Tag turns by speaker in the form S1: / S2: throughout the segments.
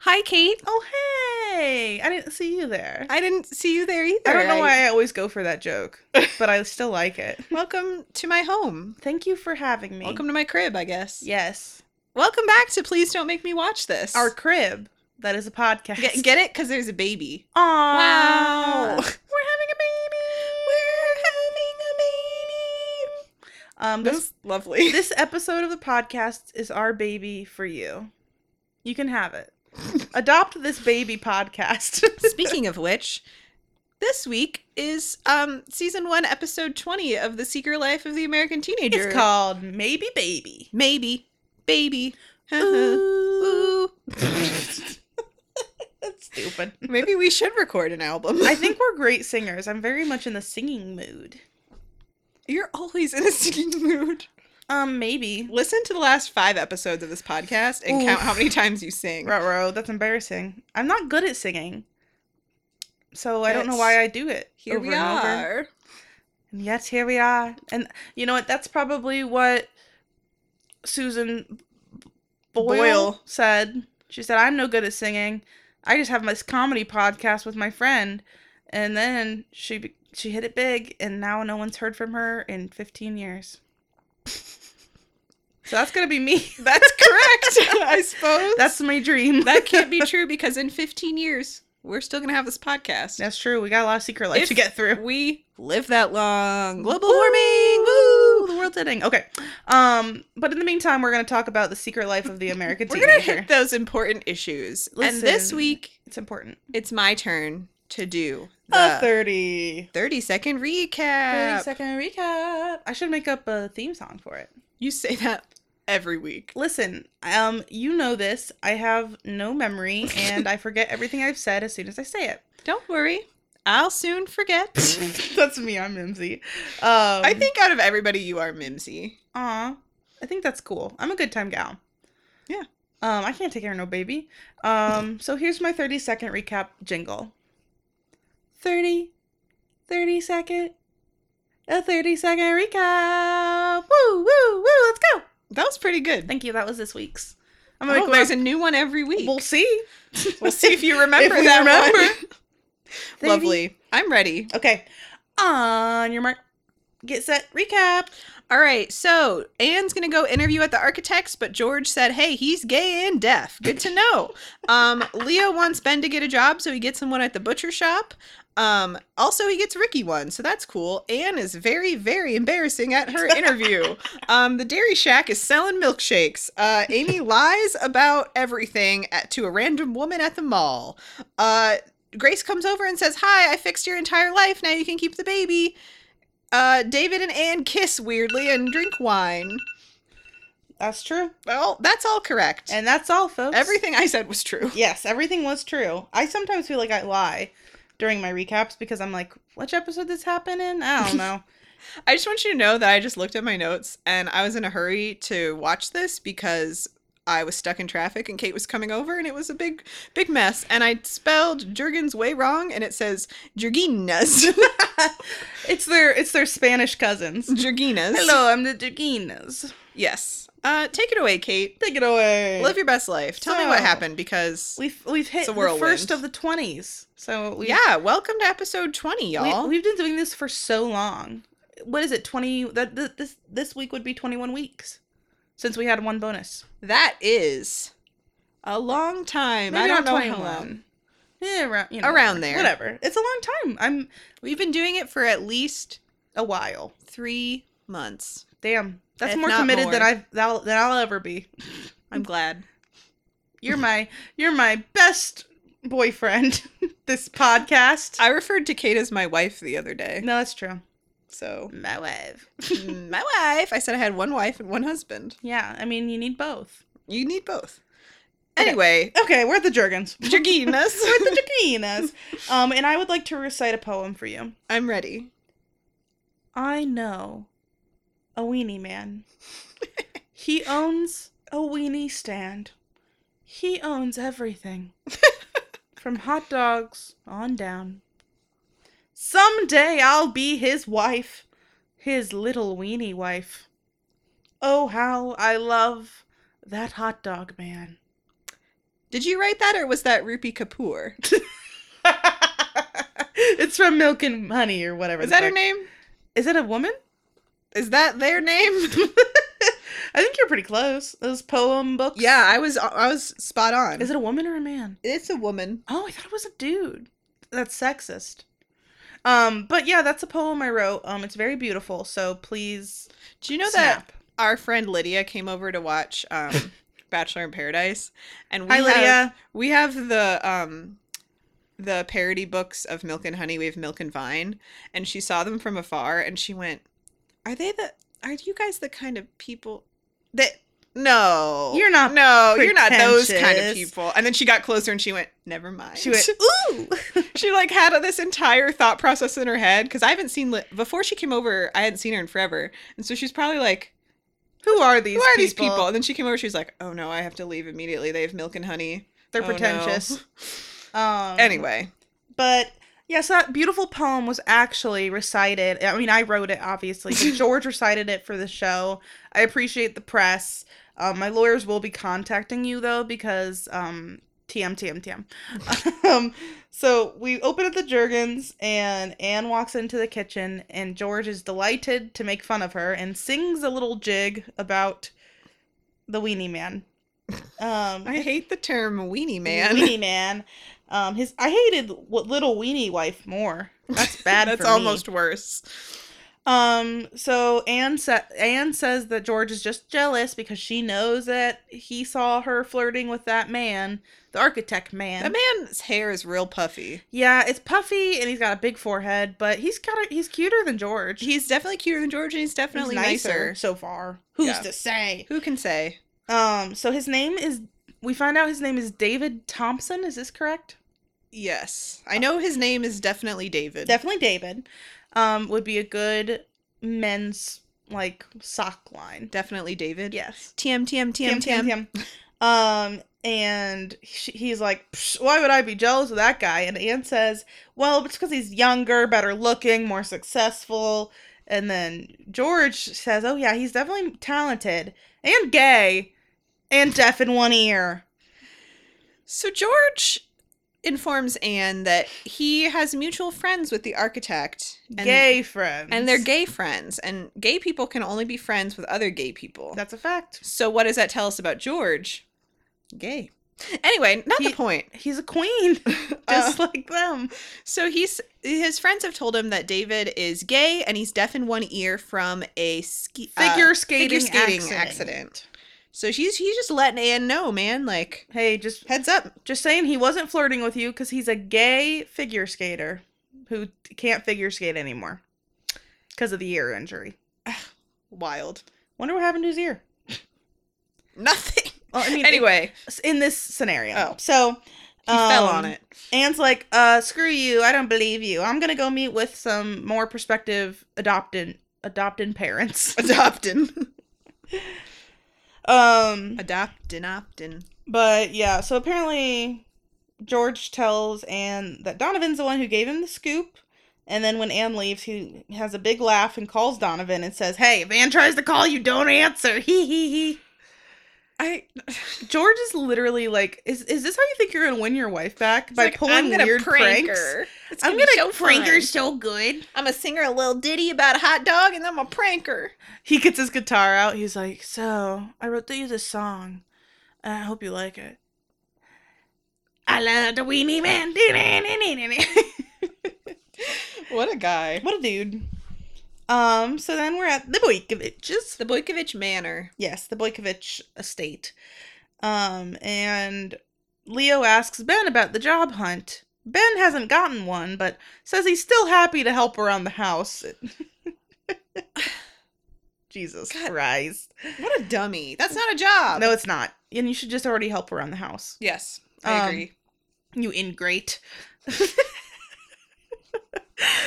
S1: Hi, Kate.
S2: Oh, hey. I didn't see you there.
S1: I didn't see you there either.
S2: I don't know why I always go for that joke, but I still like it.
S1: Welcome to my home.
S2: Thank you for having me.
S1: Welcome to my crib, I guess.
S2: Yes.
S1: Welcome back to Please Don't Make Me Watch This.
S2: Our crib. That is a podcast.
S1: get, get it? Because there's a baby.
S2: Aww.
S1: Wow.
S2: We're having a baby. We're having a baby. Um,
S1: That
S2: this,
S1: was lovely.
S2: this episode of the podcast is our baby for you. You can have it. Adopt this baby podcast.
S1: Speaking of which, this week is um season one, episode 20 of The Secret Life of the American Teenager.
S2: it's called Maybe Baby.
S1: Maybe. Baby.
S2: Ooh.
S1: Ooh.
S2: That's stupid.
S1: Maybe we should record an album.
S2: I think we're great singers. I'm very much in the singing mood.
S1: you're always in a singing mood.
S2: Um, maybe.
S1: Listen to the last five episodes of this podcast and
S2: Oof.
S1: count how many times you sing.
S2: Ruh-roh, that's embarrassing. I'm not good at singing. So I don't know
S1: Yes.
S2: why I do it.
S1: Here we
S2: and
S1: are.
S2: And yes, here we are. And you know what? That's probably what Susan Boyle,
S1: Boyle.
S2: said. She said, I'm no good at singing. I just have this comedy podcast with my friend. And then she be- she hit it big, and now no one's heard from her in 15 years. so that's going to be me.
S1: That's correct, I suppose.
S2: That's my dream.
S1: that can't be true because in 15 years, we're still going to have this podcast.
S2: That's true. We got a lot of secret life
S1: If
S2: to get through.
S1: We live that long. Global
S2: Woo!
S1: warming.
S2: Woo! The world's ending. Okay. Um, but in the meantime, we're gonna talk about the secret life of the American
S1: We're going to
S2: teenager.
S1: hit those important issues. And this
S2: Listen.
S1: week,
S2: It's important.
S1: it's my turn to do
S2: A
S1: the
S2: thirty.
S1: 30 second
S2: 30
S1: recap.
S2: second recap. I should make up a theme song for it.
S1: You say that every week.
S2: Listen, um, you know this. I have no memory and I forget everything I've said as soon as I say it.
S1: Don't worry. I'll soon forget.
S2: That's me, I'm Mimsy. Um, I
S1: I think out of everybody, you are Mimsy.
S2: Aw, I think that's cool. I'm a good time gal.
S1: Yeah.
S2: Um, I can't take care of no baby. Um, so here's my 30 second recap jingle. 30, 30 second, a 30 second recap. Woo, woo, woo, let's go.
S1: That was pretty good.
S2: Thank you. That was this week's. I'm
S1: Oh,
S2: gonna go
S1: there's
S2: up-
S1: a new one every week.
S2: We'll see.
S1: We'll see if you remember
S2: we
S1: that
S2: remember.
S1: one. Lovely. I'm ready.
S2: Okay. On your mark, get set, recap.
S1: All right. So Anne's gonna go interview at the architects, but George said, "Hey, he's gay and deaf. Good to know." um, Leo wants Ben to get a job, so he gets him one at the butcher shop. Um, also, he gets Ricky one, so that's cool. Anne is very, very embarrassing at her interview. um, the Dairy Shack is selling milkshakes. Uh, Amy lies about everything at, to a random woman at the mall. Uh, Grace comes over and says, "Hi, I fixed your entire life. Now you can keep the baby." Uh, David and Anne kiss weirdly and drink wine.
S2: That's true.
S1: Well, that's all correct.
S2: And that's all, folks.
S1: everything I said was true.
S2: Yes, everything was true. I sometimes feel like I lie during my recaps because I'm like, which episode this happened in? I don't know.
S1: I just want you to know that I just looked at my notes and I was in a hurry to watch this because I was stuck in traffic and Kate was coming over and it was a big, big mess. And I spelled Jurgens way wrong and it says Jurginas.
S2: it's their it's their Spanish cousins.
S1: Jurginas.
S2: Hello, I'm the Duginas.
S1: Yes. Uh, take it away, Kate.
S2: Take it away.
S1: Live your best life. Tell me what
S2: So-
S1: happened because.
S2: We've we've hit
S1: It's a
S2: the first
S1: whirlwind.
S2: of the twenties. So we
S1: yeah, welcome to episode 20, y'all.
S2: we, have been doing this for so long. What is it? Twenty that th- this this week would be twenty one weeks since we had one bonus.
S1: That is a long time.
S2: Maybe
S1: I don't
S2: not
S1: know how
S2: 21.
S1: long.
S2: Yeah, around you know,
S1: Around there.
S2: Whatever. It's a long time. I'm
S1: We've been doing it for at least
S2: a while.
S1: three months.
S2: Damn, that's
S1: If
S2: more
S1: not
S2: committed than
S1: more.
S2: I've than I'll, than I'll ever be.
S1: I'm glad.
S2: You're my you're my best boyfriend. this podcast.
S1: I referred to Kate as my wife the other day.
S2: no, that's true.
S1: So,
S2: My wife.
S1: my wife. I said I had one wife and one husband.
S2: Yeah, I mean you need both.
S1: You need both.
S2: Okay.
S1: Anyway,
S2: Okay, we're at the Jurgens.
S1: Jurginas.
S2: we're at the Jurginas. Um, and I would like to recite a poem for you.
S1: I'm ready.
S2: I know a weenie man. he owns a weenie stand. He owns everything from hot dogs on down. Someday I'll be his wife, his little weenie wife. Oh, how I love that hot dog man.
S1: Did you write that or was that Rupi Kapoor?
S2: it's from Milk and Honey or whatever.
S1: Is
S2: the
S1: that her
S2: fuck.
S1: name?
S2: Is it a woman?
S1: Is that their name?
S2: I think you're pretty close. Those poem books.
S1: yeah, I was I was spot on.
S2: Is it a woman or a man?
S1: It's a woman.
S2: Oh, I thought it was a dude. That's sexist. Um, but yeah, that's a poem I wrote. Um, it's very beautiful. So please,
S1: Do you know that
S2: snap.
S1: our friend Lydia came over to watch um, Bachelor in Paradise, and we
S2: Hi,
S1: have,
S2: Lydia.
S1: we have the um, the parody books of Milk and Honey. We have Milk and Vine, and she saw them from afar, and she went, "Are they the? Are you guys the kind of people that?" No,
S2: You're not
S1: No, you're not those kind of
S2: pretentious.
S1: people. And then she got closer and she went, "Never mind."
S2: She went, ooh.
S1: she like had this entire thought process in her head because I haven't seen Li- before she came over. I hadn't seen her in forever, and so she's probably like,
S2: Who are these?
S1: "Who are these people?" And then she came over. She was like, "Oh no, I have to leave immediately. They have milk and honey."
S2: They're
S1: Oh, no.
S2: pretentious. Um,
S1: Anyway,
S2: but yes, that beautiful poem was actually recited. I mean, I wrote it obviously. but George recited it for the show. I appreciate the press. Um, my lawyers will be contacting you though because um, TM TM TM. um, so we open at the Jurgens and Anne walks into the kitchen and George is delighted to make fun of her and sings a little jig about the weenie man. Um,
S1: I hate the term weenie man.
S2: Weenie man. Um, his I hated what little weenie wife more. That's bad.
S1: That's
S2: for me.
S1: almost worse.
S2: Um. So Anne sa- Anne says that George is just jealous because she knows that he saw her flirting with that man, the architect man.
S1: That man's hair is real puffy.
S2: yeah, it's puffy and he's got a big forehead, but he's got a, he's cuter than George.
S1: He's definitely cuter than George, and he's
S2: He's
S1: definitely
S2: nicer,
S1: nicer.
S2: so far. Who's
S1: Yeah.
S2: to say?
S1: Who can say?
S2: Um. So his name is. We find out his name is David Thompson. Is this correct?
S1: Yes, I know his name is definitely David.
S2: definitely David um would be a good men's like sock line.
S1: definitely David.
S2: Yes.
S1: TM TM TM TM.
S2: TM. Um and she, he's like, "Psh, why would I be jealous of that guy? And Anne says, well, it's because he's younger, better looking, more successful. And then George says, oh yeah, he's definitely talented and gay and deaf in one ear.
S1: So George informs Anne that he has mutual friends with the architect. And,
S2: gay friends.
S1: And they're gay friends. And gay people can only be friends with other gay people.
S2: That's a fact.
S1: so what does that tell us about George? Gay. Anyway, not
S2: He-
S1: the point.
S2: He's a queen,
S1: Uh.
S2: just like them.
S1: So he's his friends have told him that David is gay and he's deaf in one ear from a ski uh,
S2: figure skating,
S1: figure skating
S2: accident.
S1: accident. So she's he's just letting Anne know, man, like
S2: Hey, just
S1: heads up.
S2: just saying he wasn't flirting with you because he's a gay figure skater who t- can't figure skate anymore because of the ear injury.
S1: Wild.
S2: Wonder what happened to his ear.
S1: Nothing.
S2: Well, I mean,
S1: Anyway,
S2: it- in this scenario.
S1: Oh.
S2: so
S1: he fell
S2: um,
S1: on it.
S2: Anne's like, uh, screw you, I don't believe you. I'm gonna go meet with some more prospective adoptant adoptant parents.
S1: Adoptin.
S2: Um,
S1: Adoptin, optin.
S2: But yeah, so apparently George tells Anne that Donovan's the one who gave him the scoop. And then when Anne leaves, he has a big laugh and calls Donovan and says, Hey, if Anne tries to call you, don't answer. Hee hee hee.
S1: I
S2: George is literally like, Is is this how you think you're gonna win your wife back? By
S1: like,
S2: pulling
S1: I'm gonna
S2: weird
S1: prank
S2: pranks?
S1: her. It's
S2: I'm
S1: gonna be
S2: gonna
S1: so
S2: prank her
S1: fun.
S2: so good.
S1: I'm gonna sing her a little ditty about a hot dog, and I'm a pranker.
S2: He gets his guitar out. He's like, So, I wrote you this song. And I hope you like it. I love the weenie man.
S1: What a guy!
S2: What a dude. Um, so then we're at the Boykoviches.
S1: The Boykovich Manor.
S2: Yes, the Boykovich estate. Um, and Leo asks Ben about the job hunt. Ben hasn't gotten one, but says he's still happy to help around the house. Jesus
S1: God.
S2: Christ.
S1: What a dummy! That's not a job.
S2: No, it's not. And you should just already help around the house.
S1: Yes, I
S2: Um,
S1: agree.
S2: You ingrate.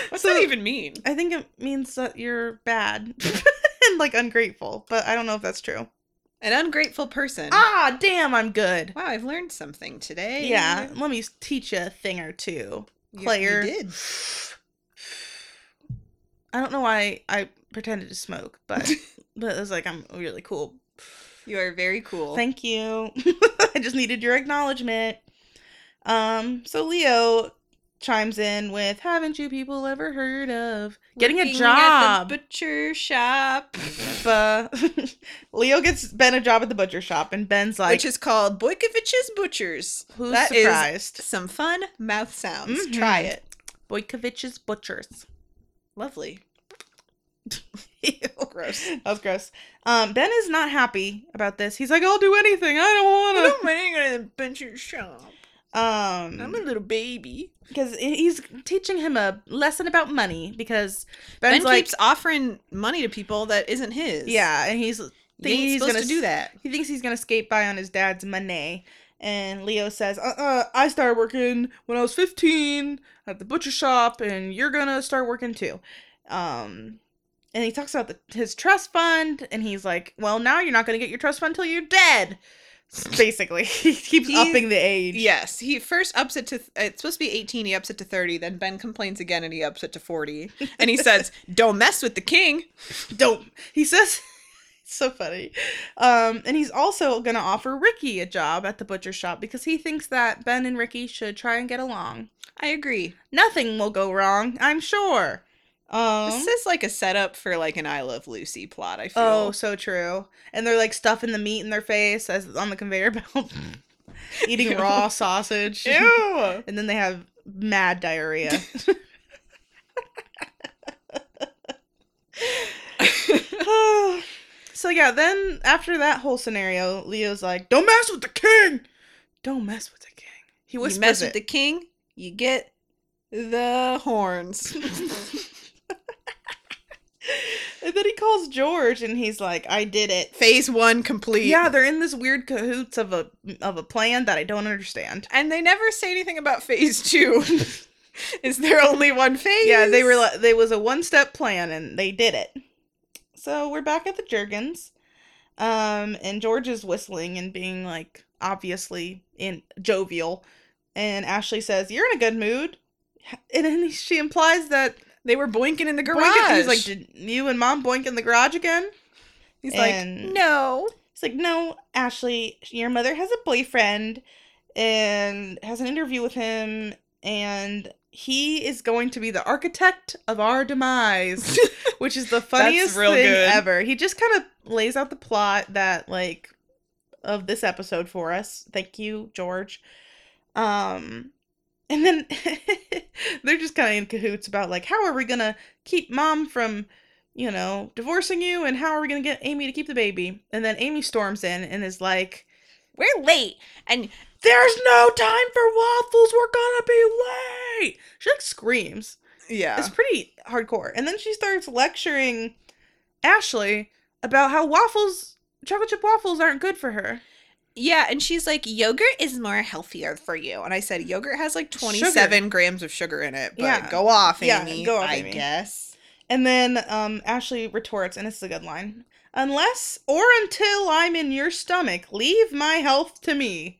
S1: What's
S2: so-
S1: that even mean?
S2: I think it means that you're bad and like ungrateful, but I don't know if that's true.
S1: An ungrateful person.
S2: Ah, damn, I'm good.
S1: Wow, I've learned something today.
S2: Yeah, let me teach you a thing or two.
S1: You-
S2: Claire.
S1: You, did.
S2: I don't know why I pretended to smoke, but but it was like I'm really cool.
S1: You are very cool.
S2: Thank you. I just needed your acknowledgement. Um, so Leo chimes in with, "Haven't you people ever heard of getting a
S1: Working
S2: job?"
S1: at the butcher shop,
S2: Uh, Leo gets Ben a job at the butcher shop, and Ben's like,
S1: which is called Boykovich's Butchers.
S2: "Who's
S1: that is-
S2: surprised?"
S1: Some fun mouth sounds.
S2: Mhm.
S1: Try it.
S2: Boykovich's butchers.
S1: Lovely. Gross.
S2: that was gross. Um, ben is not happy about this. He's like, "I'll do anything. I don't want to."
S1: I'm running out of the butcher shop. I'm a
S2: Um,
S1: little baby.
S2: because he's teaching him a lesson about money. Because
S1: Ben
S2: Ben's like,
S1: keeps offering money to people that isn't his.
S2: yeah, and he's
S1: You ain't
S2: he's
S1: supposed
S2: gonna
S1: to do that.
S2: He thinks he's gonna skate by on his dad's money. And Leo says, uh uh I started working when I was 15 at the butcher shop, and you're gonna start working too. Um, and he talks about the, his trust fund, and he's like, Well, now you're not gonna get your trust fund till you're dead. Basically, he keeps
S1: He-
S2: upping the age.
S1: Yes, he first ups it to uh, it's supposed to be 18, he ups it to 30, then Ben complains again and he ups it to 40. And he says, "Don't mess with the king."
S2: Don't. He says, it's so funny. Um, and he's also gonna offer Ricky a job at the butcher shop because he thinks that Ben and Ricky should try and get along.
S1: I agree.
S2: Nothing will go wrong, I'm sure. Um,
S1: This is like a setup for like an I Love Lucy plot, I feel.
S2: oh, so true. And they're like stuffing the meat in their face as on the conveyor belt, eating raw sausage.
S1: ew.
S2: And then they have mad diarrhea. so yeah, then after that whole scenario, Leo's like, "Don't mess with the king. Don't mess with the king." He
S1: you
S2: whispers
S1: mess
S2: it.
S1: with the king, you get the horns.
S2: And then he calls George and he's like, I did it.
S1: Phase 1 complete.
S2: Yeah, they're in this weird cahoots of a of a plan that I don't understand.
S1: And they never say anything about phase 2. is there only one phase?
S2: Yeah, they were like they was a one step plan and they did it. So we're back at the Jurgens. Um, and George is whistling and being like obviously in jovial. And Ashley says, You're in a good mood. And then she implies that
S1: They were boinking in the garage.
S2: Boink, and he's like, Did you and mom boink in the garage again?
S1: He's
S2: And-
S1: like, no.
S2: It's like, no, Ashley, your mother has a boyfriend and has an interview with him, and he is going to be the architect of our demise, which is the funniest
S1: real
S2: thing
S1: good.
S2: ever. He just kind of lays out the plot that, like, of this episode for us. Thank you, George. Um, and then they're just kind of in cahoots about like how are we gonna keep mom from you know divorcing you and how are we gonna get amy to keep the baby and then amy storms in and is like
S1: We're late. And
S2: there's no time for waffles we're gonna be late she like screams
S1: yeah.
S2: it's pretty hardcore and then she starts lecturing ashley about how waffles chocolate chip waffles aren't good for her
S1: yeah. And she's like, yogurt is more healthier for you. And I said, yogurt has like 27 grams of sugar in it. But
S2: Yeah.
S1: go off,
S2: Yeah,
S1: Amy.
S2: go off,
S1: I
S2: Amy.
S1: guess.
S2: And then um, Ashley retorts, and this is a good line. Unless or until I'm in your stomach, leave my health to me.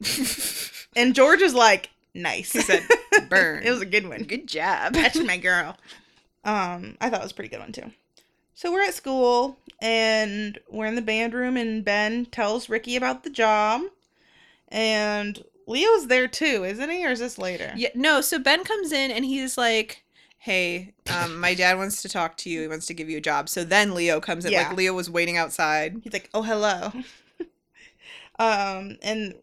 S2: And George is like, nice.
S1: He said, burn.
S2: it was a good one.
S1: good job.
S2: That's my girl. Um, I thought it was a pretty good one too. So we're at school and we're in the band room and Ben tells Ricky about the job. And Leo's there too, isn't he? Or is this later?
S1: Yeah, no, so Ben comes in and he's like, Hey, um, my dad wants to talk to you. He wants to give you a job. So then Leo comes in.
S2: Yeah.
S1: Like, Leo was waiting outside.
S2: He's like, "Oh, hello." um, and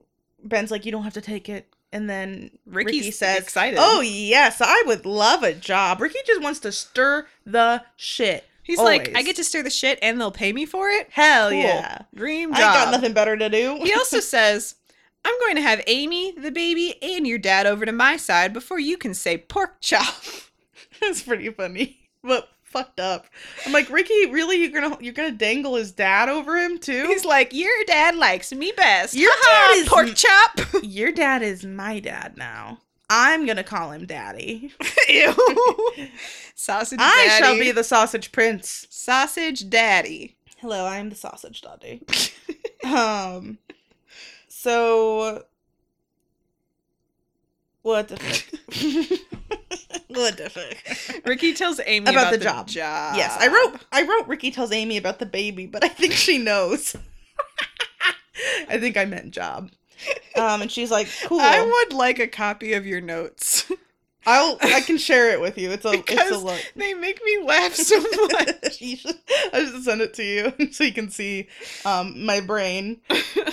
S2: Ben's like, "You don't have to take it." And then
S1: Ricky's
S2: Ricky says,
S1: excited.
S2: "Oh yes, I would love a job." Ricky just wants to stir the shit.
S1: he's like, I
S2: always.
S1: get to stir the shit and they'll pay me for it.
S2: Hell
S1: Cool.
S2: yeah!
S1: Dream
S2: I
S1: job.
S2: ain't got nothing better to do.
S1: He also says, I'm going to have Amy, the baby, and your dad over to my side before you can say pork chop.
S2: That's pretty funny, but fucked up. I'm like, Ricky, really? You're gonna you're gonna dangle his dad over him too?
S1: He's like, Your dad likes me best.
S2: Your
S1: Ha-ha,
S2: dad is-
S1: pork chop.
S2: Your dad is my dad now. I'm gonna call him daddy.
S1: Ew. Sausage
S2: I shall
S1: daddy.
S2: be the sausage prince.
S1: sausage daddy.
S2: Hello, I am the sausage daddy. um, so what the fuck? what the fuck?
S1: Ricky tells Amy
S2: About
S1: about,
S2: the
S1: the,
S2: job.
S1: job.
S2: Uh, Yes, I wrote. I wrote. Ricky tells Amy about the baby, but I think she knows. I think I meant job. Um, and she's like, cool.
S1: I would like a copy of your notes.
S2: I'll I can share it with you. It's a it's a
S1: Because
S2: look.
S1: they make me laugh so much.
S2: You should- I should send it to you so you can see um my brain.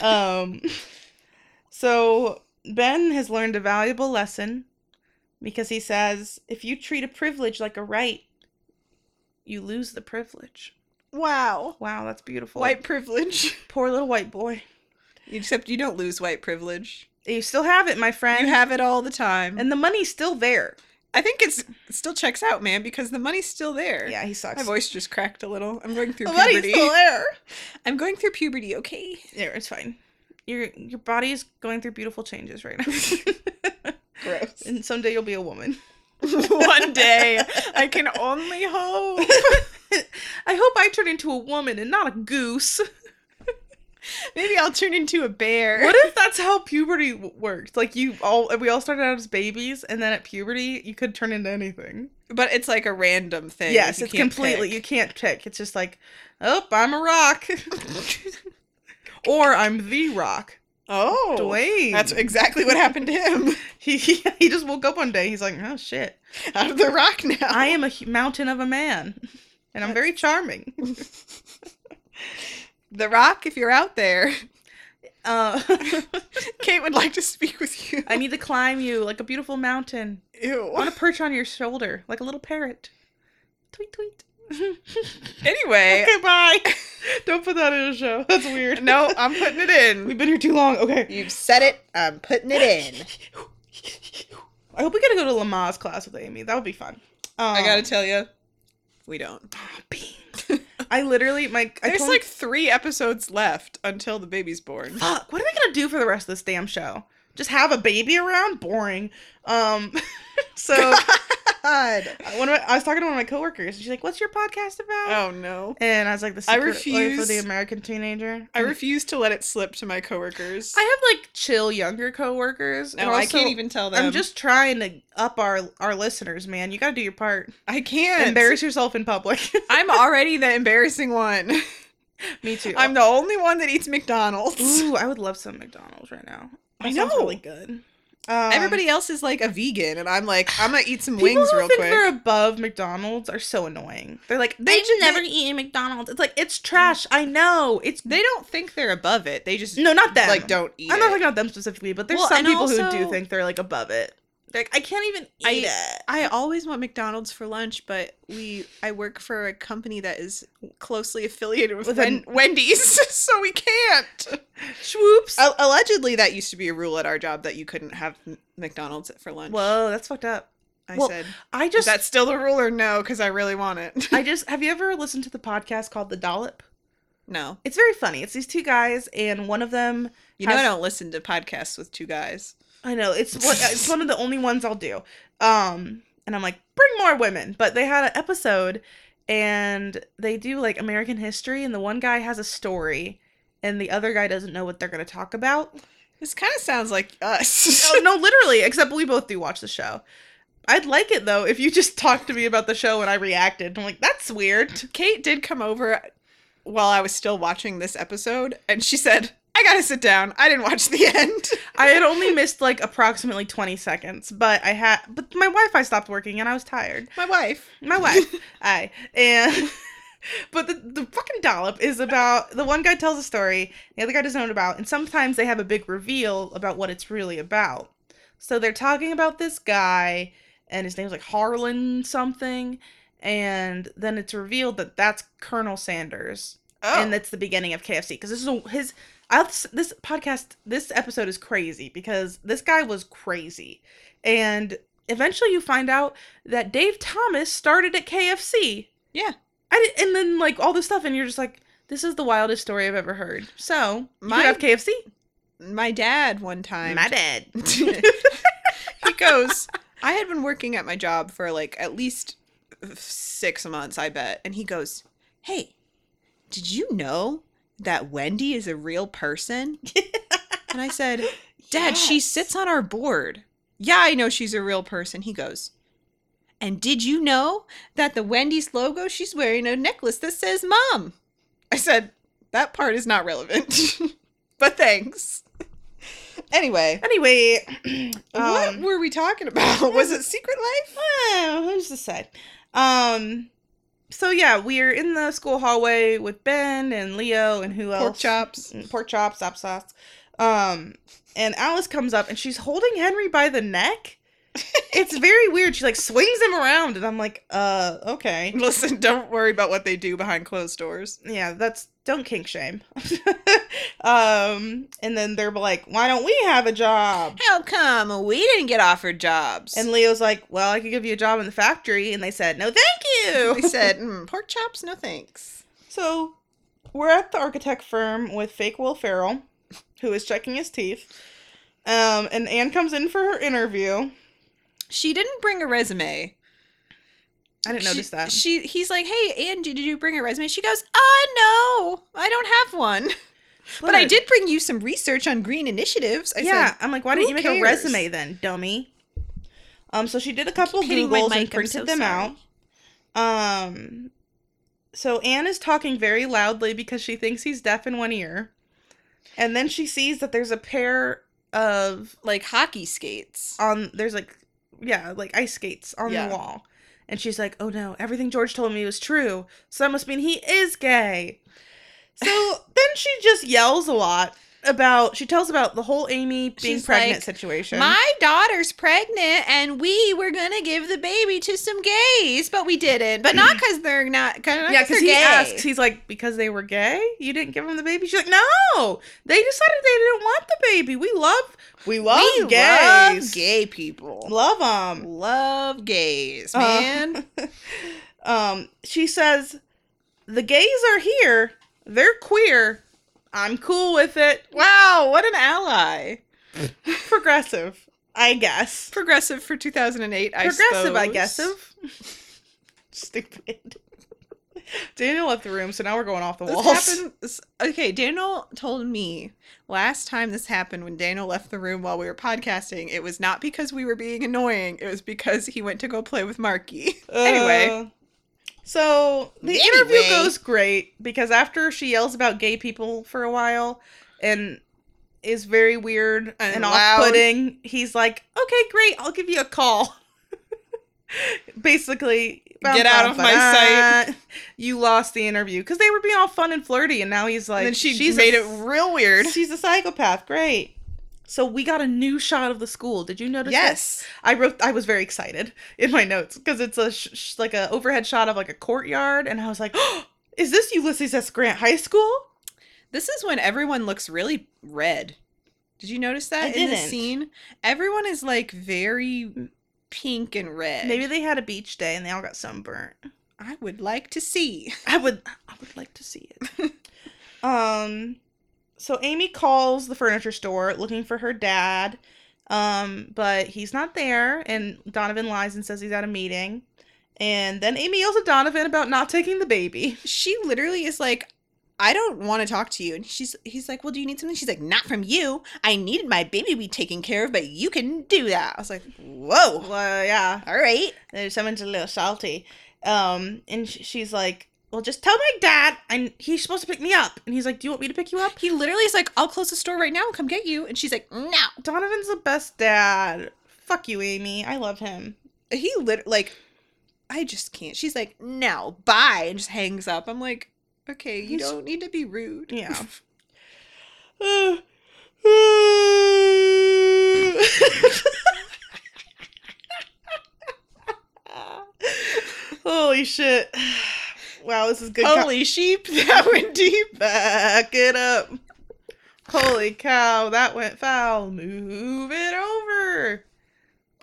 S2: Um so Ben has learned a valuable lesson because he says if you treat a privilege like a right, you lose the privilege.
S1: wow.
S2: Wow, that's beautiful.
S1: White privilege.
S2: poor little white boy.
S1: Except you don't lose white privilege.
S2: You still have it, my friend.
S1: You have it all the time. And
S2: and the money's still there.
S1: I think it's it still checks out, man, because the money's still there.
S2: Yeah, he sucks.
S1: My voice just cracked a little. I'm going through
S2: the money's
S1: puberty.
S2: still there.
S1: I'm going through puberty, okay?
S2: Yeah, it's fine. Your your body is going through beautiful changes right now.
S1: Gross.
S2: and someday you'll be a woman.
S1: One day. I can only hope.
S2: I hope I turn into a woman and not a goose.
S1: Maybe I'll turn into a bear.
S2: What if that's how puberty w- worked? Like you all we all started out as babies and then at puberty you could turn into anything.
S1: But it's like a random thing.
S2: yes,
S1: you
S2: it's
S1: can't
S2: completely
S1: pick.
S2: you can't pick. It's just like, "Oh, I'm a rock." or I'm the rock.
S1: Oh,
S2: Dwayne.
S1: that's exactly what happened to him.
S2: he, he he just woke up one day. He's like, "Oh shit.
S1: Out of the rock now.
S2: I am a hu- mountain of a man." And I'm very charming.
S1: the rock. If you're out there,
S2: Uh,
S1: Kate would like to speak with you.
S2: I need to climb you like a beautiful mountain. I
S1: Ew.
S2: want to perch on your shoulder like a little parrot. Tweet, tweet.
S1: Anyway,
S2: okay, bye. Don't put that in a show. That's weird.
S1: no, I'm putting it
S2: We've
S1: in.
S2: been here too long. Okay.
S1: You've said it. I'm putting it in.
S2: I hope we get to go to Lama's class with Amy. That would be fun. Um,
S1: I gotta tell you, we don't.
S2: beans. Um, I literally, my. I
S1: There's
S2: told-
S1: like three episodes left until the baby's born.
S2: fuck. What am I gonna do for the rest of this damn show? Just have a baby around? Boring. Um. so
S1: God.
S2: one of my, I was talking to one of my coworkers, and she's like, "What's your podcast about?"
S1: Oh no.
S2: And I was like, "The
S1: I
S2: secret life
S1: refuse-
S2: of the American teenager."
S1: I refuse to let it slip to my coworkers.
S2: I have like chill younger coworkers.
S1: no,
S2: and
S1: I
S2: also-
S1: can't even tell them.
S2: I'm just trying to up our our listeners, man. You gotta do your part.
S1: I can't.
S2: Embarrass yourself in public.
S1: I'm already the embarrassing one.
S2: Me too.
S1: I'm the only one that eats McDonald's.
S2: Ooh, I would love some McDonald's right now.
S1: I
S2: sounds
S1: know.
S2: really good. Um,
S1: Everybody else is like a vegan, and I'm like, I'm gonna eat some
S2: people
S1: wings
S2: who
S1: real
S2: think
S1: quick.
S2: they're above McDonald's are so annoying. They're like,
S1: They
S2: they've
S1: ju-
S2: never
S1: they-
S2: eaten McDonald's. It's like it's trash. I know. It's
S1: They don't think they're above it. They just
S2: no, not them.
S1: like don't eat.
S2: I'm not
S1: it.
S2: talking about them specifically, but there's
S1: Well,
S2: some
S1: and
S2: people who
S1: also-
S2: do think they're like above it. They're like, I can't even
S1: I-
S2: eat it.
S1: I always want McDonald's for lunch, but we I work for a company that is closely affiliated with,
S2: With
S1: Wen- Wendy's, so we can't.
S2: Swoops.
S1: Al- Allegedly, that used to be a rule at our job that you couldn't have m- McDonald's for lunch.
S2: Whoa, that's fucked up.
S1: I
S2: well,
S1: said,
S2: I
S1: is
S2: just
S1: that still the rule or no? Because I really want it.
S2: I just have you ever listened to the podcast called The Dollop?
S1: no,
S2: It's very funny. It's these two guys, and one of them
S1: you know
S2: Has-
S1: I don't listen to podcasts with two guys.
S2: I know it's one, uh, it's one of the only ones I'll do. Um, and I'm like, bring more women. But they had an episode, and they do like American history, and the one guy has a story, and the other guy doesn't know what they're gonna talk about. Oh,
S1: This kind of sounds like us.
S2: no, no, literally. Except we both do watch the show. I'd like it though if you just talked to me about the show and I reacted. I'm like, that's weird.
S1: Kate did come over while I was still watching this episode, and she said, I gotta sit down. I didn't watch the end.
S2: I had only missed like approximately 20 seconds, but I had, but my Wi-Fi stopped working and I was tired.
S1: My wife.
S2: my wife i and but the, the fucking dollop is about the one guy tells a story the other guy doesn't know what about and sometimes they have a big reveal about what it's really about so they're talking about this guy and his name's like harlan something and then it's revealed that that's colonel sanders
S1: Oh.
S2: and that's the beginning of kfc because this is a, his I, this podcast this episode is crazy because this guy was crazy and eventually you find out that Dave Thomas started at KFC.
S1: Yeah.
S2: I did, and then like all this stuff, and you're just like, this is the wildest story I've ever heard. So you
S1: My-
S2: could have KFC.
S1: my dad one time.
S2: dad.
S1: he goes, I had been working at my job for like at least six months, I bet. And he goes, Hey, did you know that Wendy is a real person? and I said, Dad, she
S2: Yes.
S1: sits on our board. Yeah, I know she's a real person. He goes, And did you know that the Wendy's logo, she's wearing a necklace that says mom? I said, That part is not relevant. but thanks. Anyway,
S2: Anyway,
S1: what
S2: um,
S1: were we talking about? Was it Secret Life?
S2: Oh, who's the side? Um, so yeah, we're in the school hallway with Ben and Leo and who else?
S1: Pork chops.
S2: Mm, Pork chops, stop sauce. Um, and Alice comes up and she's holding Henry by the neck. it's very weird. She like swings him around, and I'm like, uh, okay,
S1: Listen, don't worry about what they do behind closed doors.
S2: yeah, that's don't kink shame. um, and then they're like, why don't we have a job?
S1: How come we didn't get offered jobs?
S2: And Leo's like, well, I could give you a job in the factory, and they said, no, thank you.
S1: we said, mm, pork chops, no thanks.
S2: So we're at the architect firm with fake Will Ferrell, who is checking his teeth. Um, and Anne comes in for her interview.
S1: She didn't bring a resume.
S2: I didn't
S1: She-
S2: notice that.
S1: She he's like, "Hey, Angie, did you bring a resume?" She goes, "Uh, no. I don't have one. But I did bring you some research on green initiatives." I
S2: yeah,
S1: said,
S2: I'm like, why
S1: "Who
S2: didn't you make a
S1: cares?"
S2: resume then, dummy? Um, so she did a couple
S1: hitting my
S2: Googles
S1: mic, I'm
S2: and printed
S1: so
S2: them
S1: sorry.
S2: out. Um, so Anne is talking very loudly because she thinks he's deaf in one ear, and then she sees that there's a pair of
S1: like hockey skates.
S2: on there's like yeah like ice skates on
S1: Yeah.
S2: the wall and she's like oh no everything george told me was true so that must mean he is gay so then she just yells a lot about she tells about the whole amy being
S1: She's
S2: pregnant
S1: like,
S2: situation
S1: My daughter's pregnant, and we were gonna give the baby to some gays, but we didn't. But not because they're not. Cause not
S2: Mm. yeah
S1: because
S2: because he asks he's like because they were gay you didn't give him the baby she's like no they decided they didn't want the baby we love we love
S1: we love
S2: gays
S1: gay people.
S2: love them
S1: Love gays,
S2: Uh,
S1: man.
S2: um, she says, "The gays are here. They're queer. I'm cool with it.
S1: wow, what an ally.
S2: Progressive, I guess.
S1: Progressive for 2008. I
S2: Progressive, I
S1: suppose.
S2: guess. Stupid." Daniel left the room, so now we're going off the
S1: This
S2: walls.
S1: happened. this- Okay, Daniel told me last time this happened when Daniel left the room while we were podcasting. It was not because we were being annoying. It was because he went to go play with Marky. anyway,
S2: Uh, so the
S1: Anyway.
S2: interview goes great because after she yells about gay people for a while and is very weird
S1: And
S2: and,
S1: loud.
S2: off-putting, he's like, "Okay, great, I'll give you a call." Basically,
S1: Get out of my
S2: sight. You lost the interview because they were being all fun and flirty, and now he's like,
S1: and then she
S2: "She's a
S1: made it real weird.
S2: She's a psychopath. Great." So we got a new shot of the school. Did you notice? this?
S1: Yes.
S2: I wrote. I was very excited in my notes because it's a sh- sh- like a overhead shot of like a courtyard, and I was like, "Oh, "Is this Ulysses S. Grant High School?"
S1: This is when everyone looks really red. Did you notice that
S2: I
S1: in the
S2: didn't.
S1: scene? Everyone is like very pink and red.
S2: Maybe they had a beach day and they all got sunburnt.
S1: I would like to see.
S2: I would. I would like to see it. um, so Amy calls the furniture store looking for her dad, um, but he's not there, and Donovan lies and says he's at a meeting. And then Amy yells at Donovan about not taking the baby.
S1: She literally is like, I don't want to talk to you. And she's he's like, Well, do you need something? She's like, Not from you. I needed my baby to be taken care of, but you can do that. I was like, Whoa.
S2: Well, yeah,
S1: All right.
S2: There's someone's a little salty. Um, and sh- she's like, "Well, just tell my dad, and he's supposed to pick me up." And he's like, "Do you want me to pick you up?"
S1: He literally is like, I'll close the store right now and come get you. And she's like, No.
S2: Donovan's the best dad. Fuck you, Amy. I love him.
S1: he lit like I just can't. She's like, no, bye, and just hangs up. I'm like, okay, you
S2: He's-
S1: don't need to be rude.
S2: Yeah. Holy shit! Wow, this is good. co-
S1: Holy sheep, that went deep.
S2: back it up. Holy cow, that went foul. Move it over.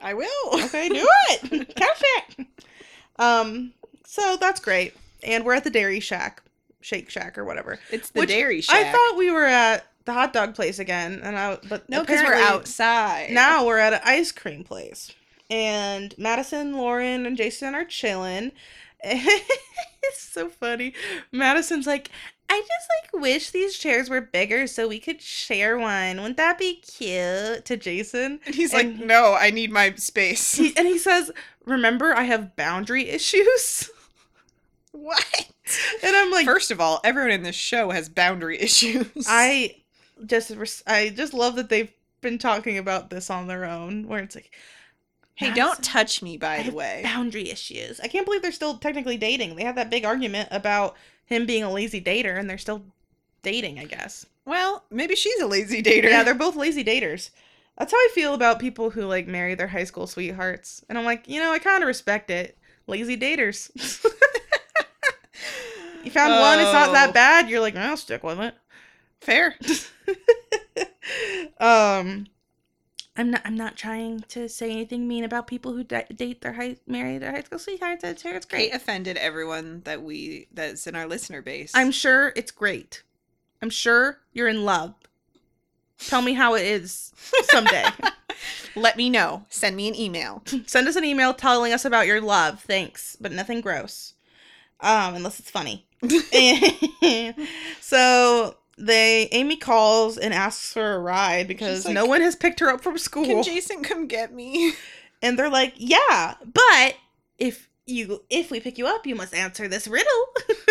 S1: I will.
S2: Okay, do it. Couch it. Um, so that's great. And we're at the Dairy Shack, Shake Shack or whatever.
S1: It's the
S2: Which
S1: dairy shack.
S2: I thought we were at the hot dog place again, and I but
S1: no, because we're
S2: apparently
S1: outside
S2: Now we're at an ice cream place, and Madison, Lauren, and Jason are chilling. it's so funny. Madison's like, I just like wish these chairs were bigger so we could share one. Wouldn't that be cute? To Jason,
S1: And he's
S2: and-
S1: like, no, I need my space.
S2: he, and he says, "Remember, I have boundary issues."
S1: what?
S2: And I'm like,
S1: First of all, everyone in this show has boundary issues.
S2: I just res- I just love that they've been talking about this on their own, where it's like,
S1: Hey,
S2: "That's
S1: don't touch me, by the
S2: have
S1: way.
S2: boundary issues. I can't believe they're still technically dating. They had that big argument about him being a lazy dater, and they're still dating. I guess.
S1: Well, maybe she's a lazy dater.
S2: Yeah, they're both lazy daters. That's how I feel about people who like marry their high school sweethearts, and I'm like, you know, I kind of respect it. Lazy daters. you found one, it's not
S1: Oh.
S2: that bad. You're like, I'll stick with it.
S1: Fair.
S2: um I'm not. I'm not trying to say anything mean about people who da- date their high, marry their high school sweethearts. I'm sure it's
S1: Great
S2: great.
S1: offended everyone that we that's in our listener base.
S2: I'm sure it's great. I'm sure you're in love. Tell me how it is someday.
S1: Let me know. Send me an email.
S2: Send us an email telling us about your love. Thanks, but nothing gross, um, unless it's funny. so they Amy calls and asks for a ride because
S1: like,
S2: no one has picked her up from school.
S1: Can Jason come get me?
S2: and they're like, "Yeah, but if you if we pick you up, you must answer this riddle."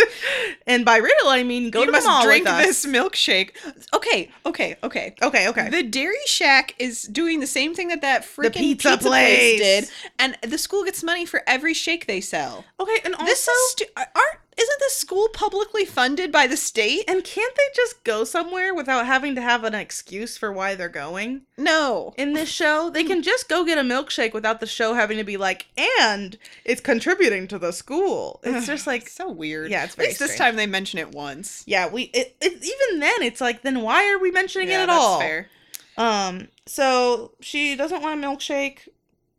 S2: and by riddle, I mean go
S1: you
S2: to
S1: must
S2: the mall
S1: drink
S2: with us.
S1: this milkshake. Okay, okay, okay.
S2: Okay, okay.
S1: The Dairy Shack is doing the same thing that that freaking
S2: pizza
S1: pizza, place.
S2: place.
S1: did, and the school gets money for every shake they sell.
S2: okay, and also
S1: this is stu- aren't isn't this school publicly funded by the state?
S2: and can't they just go somewhere without having to have an excuse for why they're going?
S1: No.
S2: In this show, they can just go get a milkshake without the show having to be like, "And it's contributing to the school." It's just like
S1: so weird.
S2: Yeah, it's
S1: At
S2: very
S1: least this
S2: strange.
S1: time they mention it once.
S2: yeah, we it, it, even then it's like then why are we mentioning it at all? Um, so she doesn't want a milkshake,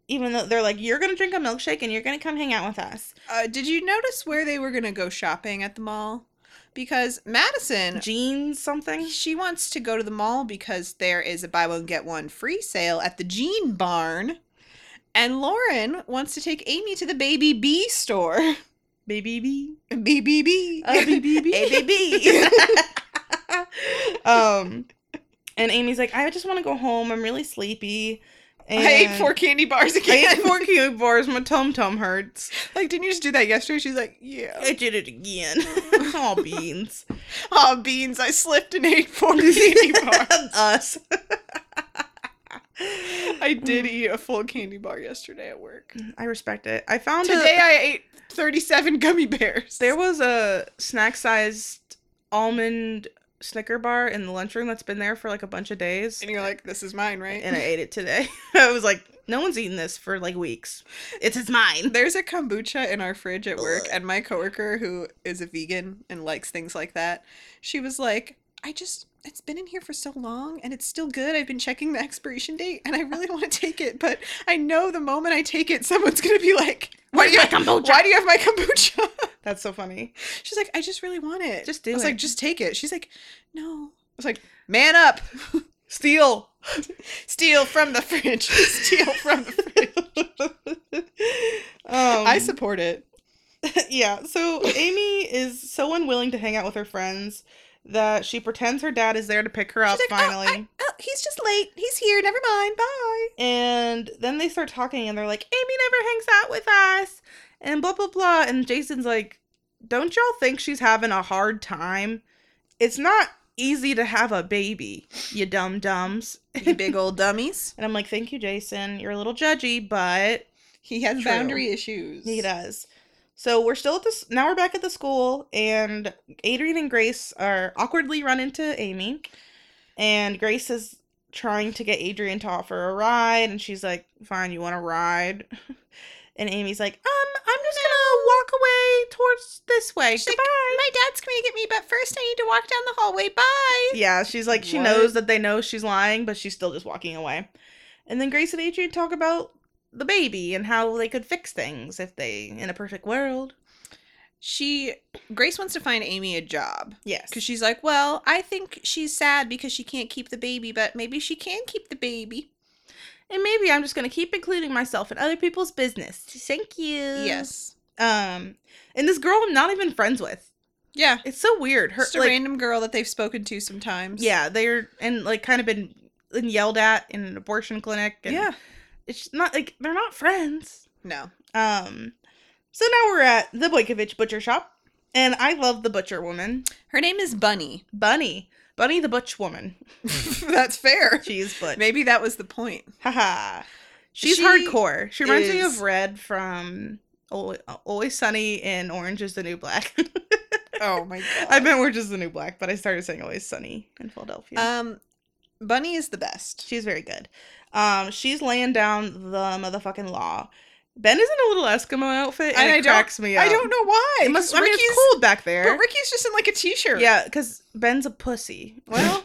S2: even though they're like, you're gonna drink a milkshake and you're gonna come hang out with us.
S1: Uh, did you notice where they were gonna go shopping at the mall? Because Madison,
S2: Jeans something.
S1: she wants to go to the mall because there is a buy one get one free sale at the Jean Barn, and Lauren wants to take Amy to the Baby B store.
S2: Baby bee.
S1: BBB.
S2: A bee bee bee. um, and Amy's like, I just want to go home. I'm really sleepy. And
S1: I ate four candy bars
S2: I
S1: again.
S2: ate four cube bars. My tum tum hurts.
S1: like, didn't you just do that yesterday? She's like, yeah.
S2: I did it again. All beans.
S1: Oh, beans. I slipped and ate four candy bars.
S2: Us.
S1: I
S2: Mm.
S1: did eat a full candy bar yesterday at work.
S2: I respect it. I found a-
S1: Today I ate 37 gummy bears.
S2: There was a snack sized almond Snicker bar in the lunchroom that's been there for like a bunch of days.
S1: and you're like, this is mine, right?
S2: And I ate it today. I was like, no one's eaten this for like weeks. It's it's mine.
S1: There's a kombucha in our fridge at work,
S2: Ugh.
S1: and my coworker, who is a vegan and likes things like that, she was like, I just, it's been in here for so long and it's still good. I've been checking the expiration date and I really want to take it, but I know the moment I take it, someone's going to be like, why do, you have,
S2: kombucha?
S1: why do you have my kombucha?
S2: That's so funny.
S1: She's like, I just really want it.
S2: Just do
S1: I was like,
S2: it.
S1: just take it. She's like, no. I was like, man up.
S2: Steal.
S1: Steal from the fridge. Steal from the fridge.
S2: um,
S1: I support it.
S2: yeah. So Amy is so unwilling to hang out with her friends that she pretends her dad is there to pick her up
S1: like, "Oh,
S2: finally.
S1: Oh, he's just late. He's here. Never mind. Bye.
S2: And then they start talking and they're like, Amy never hangs out with us and blah blah blah. And Jason's like, Don't y'all think she's having a hard time? It's not easy to have a baby, you dumb dumbs.
S1: You big old dummies.
S2: And I'm like, Thank you, Jason. You're a little judgy, but
S1: He has
S2: True.
S1: boundary issues.
S2: he does. So we're still at this now we're back at the school and Adrian and Grace are awkwardly run into Amy. And Grace is trying to get Adrian to offer a ride and she's like, "Fine, you want a ride?" And Amy's like, "Um, I'm just going to walk away towards this way.
S1: She's like,
S2: Goodbye."
S1: My dad's coming to get me, but first I need to walk down the hallway. Bye.
S2: yeah, she's like she
S1: What?
S2: knows that they know she's lying, but she's still just walking away. And then Grace and Adrian talk about the baby and how they could fix things if they in a perfect world.
S1: She Grace wants to find Amy a job.
S2: Yes.
S1: Because she's like, well, I think she's sad because she can't keep the baby, but maybe she can keep the baby.
S2: And maybe I'm just gonna keep including myself in other people's business. Thank you.
S1: Uh, Yes.
S2: Um, and this girl I'm not even friends with.
S1: Yeah.
S2: It's so weird. Her
S1: Just a
S2: like,
S1: random girl that they've spoken to sometimes.
S2: yeah, they're and like kind of been and yelled at in an abortion clinic. And
S1: Yeah.
S2: it's not like they're not friends.
S1: No.
S2: Um, so now we're at the Boykovich Butcher Shop, and I love the butcher woman,
S1: Her name is Bunny.
S2: Bunny. Bunny the Butch Woman.
S1: That's fair.
S2: She's butch.
S1: Maybe that was the point.
S2: Haha. She's
S1: She
S2: hardcore. She reminds me
S1: is-
S2: of Red from Al- Always Sunny and Orange is the New Black.
S1: Oh my god.
S2: I meant Orange is the New Black, but I started saying Always Sunny in Philadelphia.
S1: um Bunny is the best.
S2: she's very good. Um, she's laying down the motherfucking law. Ben is in a little Eskimo outfit, and,
S1: And I
S2: it
S1: don't-
S2: cracks me up.
S1: I don't know why.
S2: It must. I
S1: because
S2: mean,
S1: Ricky's-
S2: it's cold back there.
S1: But Ricky's just in like a t-shirt.
S2: Yeah, because Ben's a pussy. Well,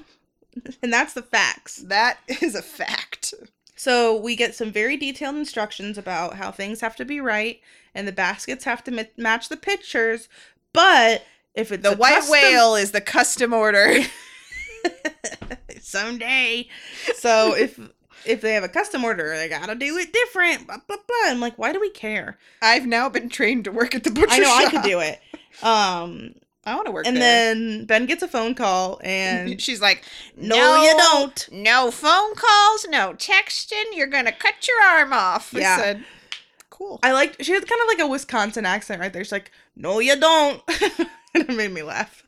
S2: and that's the facts.
S1: That is a fact.
S2: So we get some very detailed instructions about how things have to be right, and the baskets have to mi- match the pictures. But if it's
S1: The
S2: a
S1: white
S2: custom-
S1: whale is the custom order.
S2: someday. So if if they have a custom order, they gotta do it different. Blah blah blah. I'm like, why do we care?
S1: I've now been trained to work at the butcher
S2: I know I
S1: shop.
S2: could do it. Um,
S1: I want to work
S2: and
S1: there.
S2: then Ben gets a phone call, and
S1: she's like,
S2: no, you don't.
S1: No phone calls, no texting. You're gonna cut your arm off."
S2: Yeah.
S1: I said, "Cool."
S2: I liked she had kind of like a Wisconsin accent right there. She's like, "No, you don't," and it made me laugh.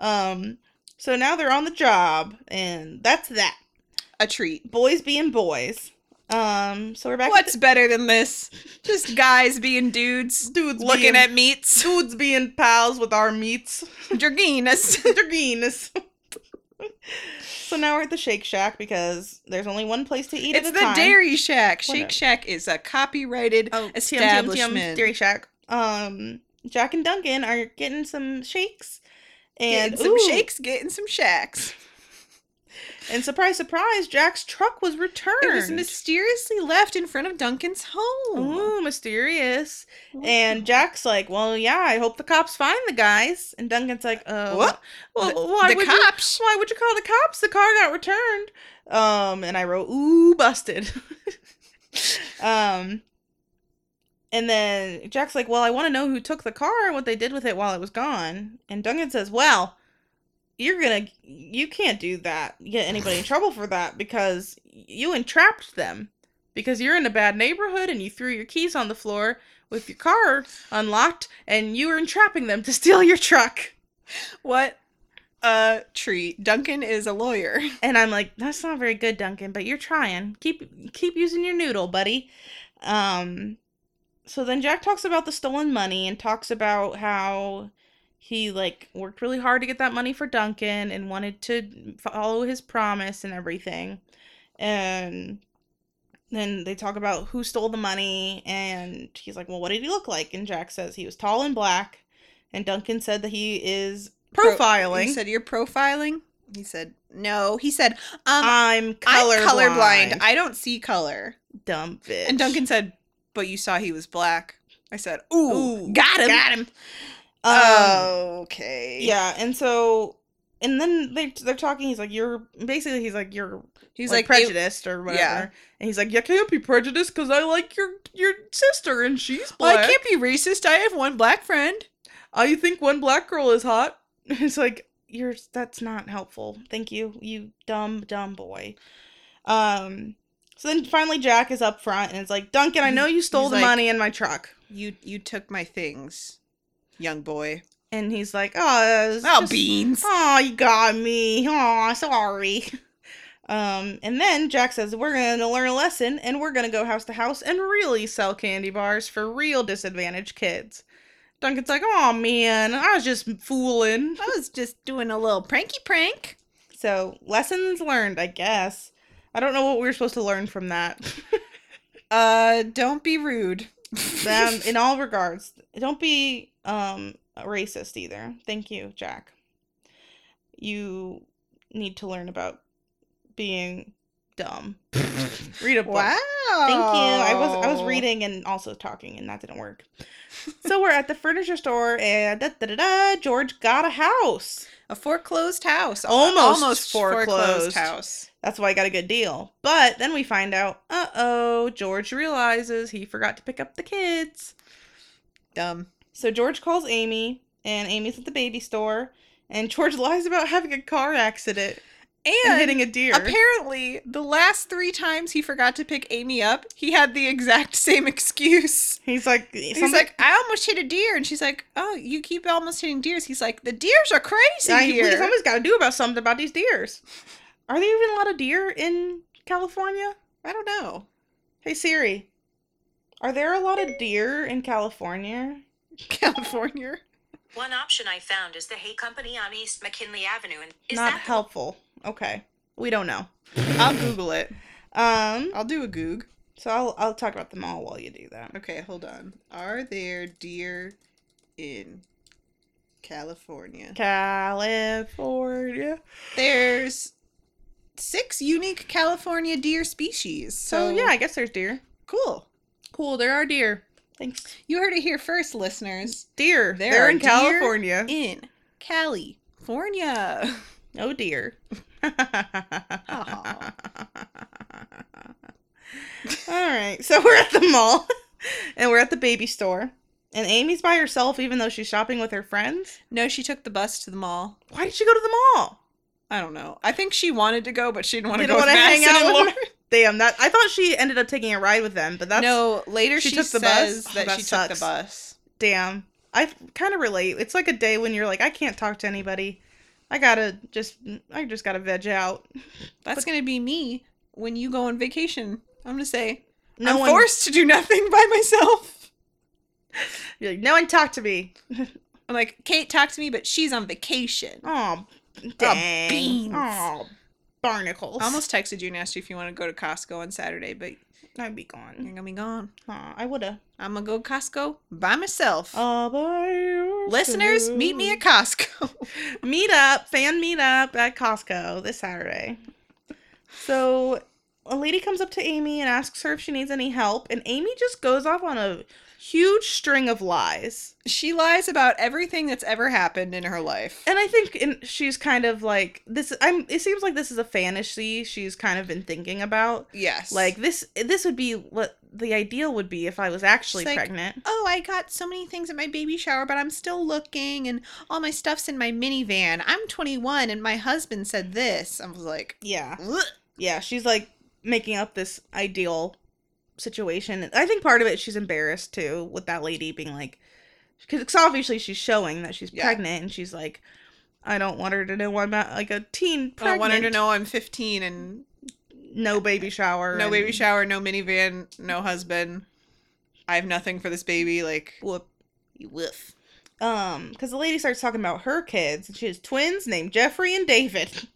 S2: Um, so now they're on the job, and that's that.
S1: A treat.
S2: Boys being boys. Um, so we're back.
S1: What's better than this? Just guys being dudes,
S2: dudes
S1: looking
S2: being,
S1: at meats.
S2: dudes being pals with our meats?
S1: Jorginus.
S2: They're greenness. so now we're at the Shake Shack because there's only one place to eat.
S1: It's
S2: at
S1: the
S2: a time.
S1: Dairy Shack. Shake
S2: Whatever.
S1: Shack is a copyrighted
S2: Oh,
S1: establishment.
S2: establishment. Dairy Shack. Um, Jack and Duncan are getting some shakes. And
S1: Getting some
S2: ooh,
S1: shakes, getting some shacks.
S2: And surprise, surprise, Jack's truck was returned.
S1: It was mysteriously left in front of Duncan's home.
S2: Ooh, mysterious. And Jack's like, "Well, yeah, I hope the cops find the guys." And Duncan's like, "Uh,
S1: What?
S2: Well,
S1: The-
S2: why
S1: the
S2: would you-
S1: cops?
S2: why would you call the cops? The car got returned." Um, and I wrote, "Ooh, busted." um, and then Jack's like, "Well, I want to know who took the car and what they did with it while it was gone." And Duncan says, "Well." You're gonna, you can't do that. Get anybody in trouble for that because you entrapped them because you're in a bad neighborhood and you threw your keys on the floor with your car unlocked and you were entrapping them to steal your truck.
S1: What a treat. Duncan is a lawyer.
S2: And I'm like, that's not very good, Duncan, but you're trying. Keep keep using your noodle, buddy. Um so then Jack talks about the stolen money and talks about how he like worked really hard to get that money for Duncan and wanted to follow his promise and everything. And then they talk about who stole the money and he's like, "Well, what did he look like?" And Jack says he was tall and black. And Duncan said that he is
S1: Pro-
S2: profiling.
S1: He said, You're profiling? He said, No. He said, um,
S2: I'm
S1: I'm
S2: colorblind.
S1: colorblind. I don't see color.
S2: dumb bitch.
S1: And Duncan said, But you saw he was black. I said, Ooh,
S2: Ooh,
S1: got him. Oh.
S2: got him. Um,
S1: okay.
S2: yeah, and so and then they they're talking. He's like, you're basically he's like you're
S1: He's like, "It-
S2: prejudiced or whatever. And he's like, you can't be prejudiced because I like your your sister and she's
S1: Well,
S2: black.
S1: I can't be racist. I have one black friend.
S2: I think one black girl is hot. It's like you're that's not helpful. Thank you, you dumb dumb boy. Um. So then finally Jack is up front and it's like, Duncan, I know you stole
S1: He's
S2: the
S1: like-
S2: money in my truck.
S1: You you took my things, young boy.
S2: And he's like, oh, it was
S1: Oh,
S2: just-
S1: beans.
S2: Oh, you got me. Oh, sorry. Um, and then Jack says, We're gonna learn a lesson and we're gonna go house to house and really sell candy bars for real disadvantaged kids. Duncan's like, Oh man, I was just fooling.
S1: I was just doing a little pranky prank.
S2: So, lessons learned, I guess. I don't know what we were supposed to learn from that.
S1: Uh, don't be rude.
S2: um, in all regards, don't be um racist either. Thank you, Jack. You need to learn about being dumb. Read a book.
S1: wow.
S2: Thank you. I was I was reading and also talking, and that didn't work. so we're at the furniture store, and da, da, da, da, George got a house.
S1: a foreclosed house.
S2: Almost foreclosed.
S1: house.
S2: That's why I got a good deal. But then we find out, uh oh, George realizes he forgot to pick up the kids.
S1: Dumb.
S2: So George calls Amy, and Amy's at the baby store, and George lies about having a car accident.
S1: And,
S2: and hitting a deer.
S1: apparently, the last three times he forgot to pick Amy up, he had the exact same excuse.
S2: He's like,
S1: He's like, I almost hit a deer, and she's like, Oh, you keep almost hitting deers. He's like, The deers are crazy here.
S2: somebody's got to do about something about these deers. Are there even a lot of deer in California?
S1: I don't know.
S2: Hey Siri, are there a lot of deer in California?
S1: California.
S3: One option I found is the Hay Company on East McKinley Avenue, and is
S2: Not
S3: that the
S2: helpful. Okay, we don't know. I'll Google it. Um,
S1: I'll do a goog.
S2: so I'll I'll talk about them all while you do that.
S1: Okay, hold on. Are there deer in California?
S2: California.
S1: There's six unique California deer species.
S2: So
S1: So,
S2: yeah, I guess there's deer.
S1: cool.
S2: Cool, there are deer. Thanks.
S1: You heard it here first, listeners.
S2: Deer.
S1: There
S2: They're
S1: are
S2: in
S1: deer
S2: California.
S1: In California.
S2: No deer. All right. So we're at the mall and we're at the baby store. And Amy's by herself, even though she's shopping with her friends.
S1: No, she took the bus to the mall.
S2: Why did she go to the mall?
S1: I don't know. I think she wanted to go, but she didn't want to
S2: Didn't
S1: go with
S2: wanna hang
S1: Madison
S2: out
S1: and
S2: with
S1: Lauren.
S2: Damn, that I thought she ended up taking a ride with them, but that's
S1: no, later she,
S2: she took the bus?
S1: says
S2: Oh,
S1: that,
S2: that
S1: she took
S2: sucks.
S1: the bus.
S2: damn. I kind of relate. It's like a day when you're like, I can't talk to anybody. I gotta just, I just gotta veg out.
S1: That's gonna be me when you go on vacation. I'm gonna say
S2: No
S1: I'm
S2: one,
S1: forced to do nothing by myself.
S2: you're like, no one talked to me.
S1: I'm like, Kate talked to me, but she's on vacation.
S2: Oh, dang.
S1: beans.
S2: Aw, barnacles.
S1: I almost texted you and asked you if you want to go to Costco on Saturday, but
S2: I'd be
S1: you're
S2: gone.
S1: gonna be gone.
S2: Aw, I would have.
S1: I'm gonna go to Costco by myself.
S2: Oh, Uh,
S1: Listeners, meet me at Costco.
S2: meet up, fan meet up at Costco this Saturday. So a lady comes up to Amy and asks her if she needs any help, and Amy just goes off on a huge string of lies.
S1: she lies about everything that's ever happened in her life.
S2: And I think in, she's kind of like this. I'm. It seems like this is a fantasy she's kind of been thinking about.
S1: Yes.
S2: Like this. This would be what the ideal would be if I was actually
S1: It's like-
S2: pregnant.
S1: oh, I got so many things at my baby shower, but I'm still looking, and all my stuff's in my minivan. I'm 21, and my husband said this. I was like,
S2: Yeah.
S1: Ugh.
S2: yeah, she's like making up this ideal situation. I think part of it she's embarrassed too with that lady being like, because obviously she's showing that she's
S1: Yeah.
S2: pregnant, and she's like, I don't want her to know I'm not like a teen
S1: I
S2: pregnant.
S1: want her to know I'm 15 and
S2: no baby shower,
S1: no baby
S2: and
S1: shower, no minivan, no husband. I have nothing for this baby. Like,
S2: Whoop.
S1: woof.
S2: Um, because the lady starts talking about her kids, and she has twins named Jeffrey and David.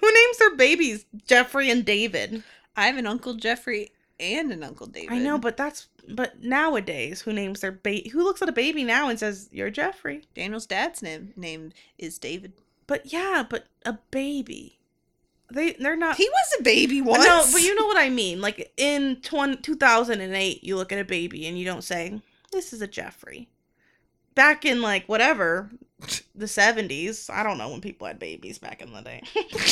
S2: Who names their babies Jeffrey and David?
S1: I have an Uncle Jeffrey and an Uncle David.
S2: I know, but that's but nowadays, who names their baby? Who looks at a baby now and says you're Jeffrey?
S1: Daniel's dad's name named is David.
S2: But yeah, but a baby. They they're not.
S1: He was a baby
S2: But
S1: once.
S2: No, but you know what I mean. Like in 20, 2008, you look at a baby and you don't say, "This is a Jeffrey." Back in like whatever the seventies, I don't know when people had babies back in the day.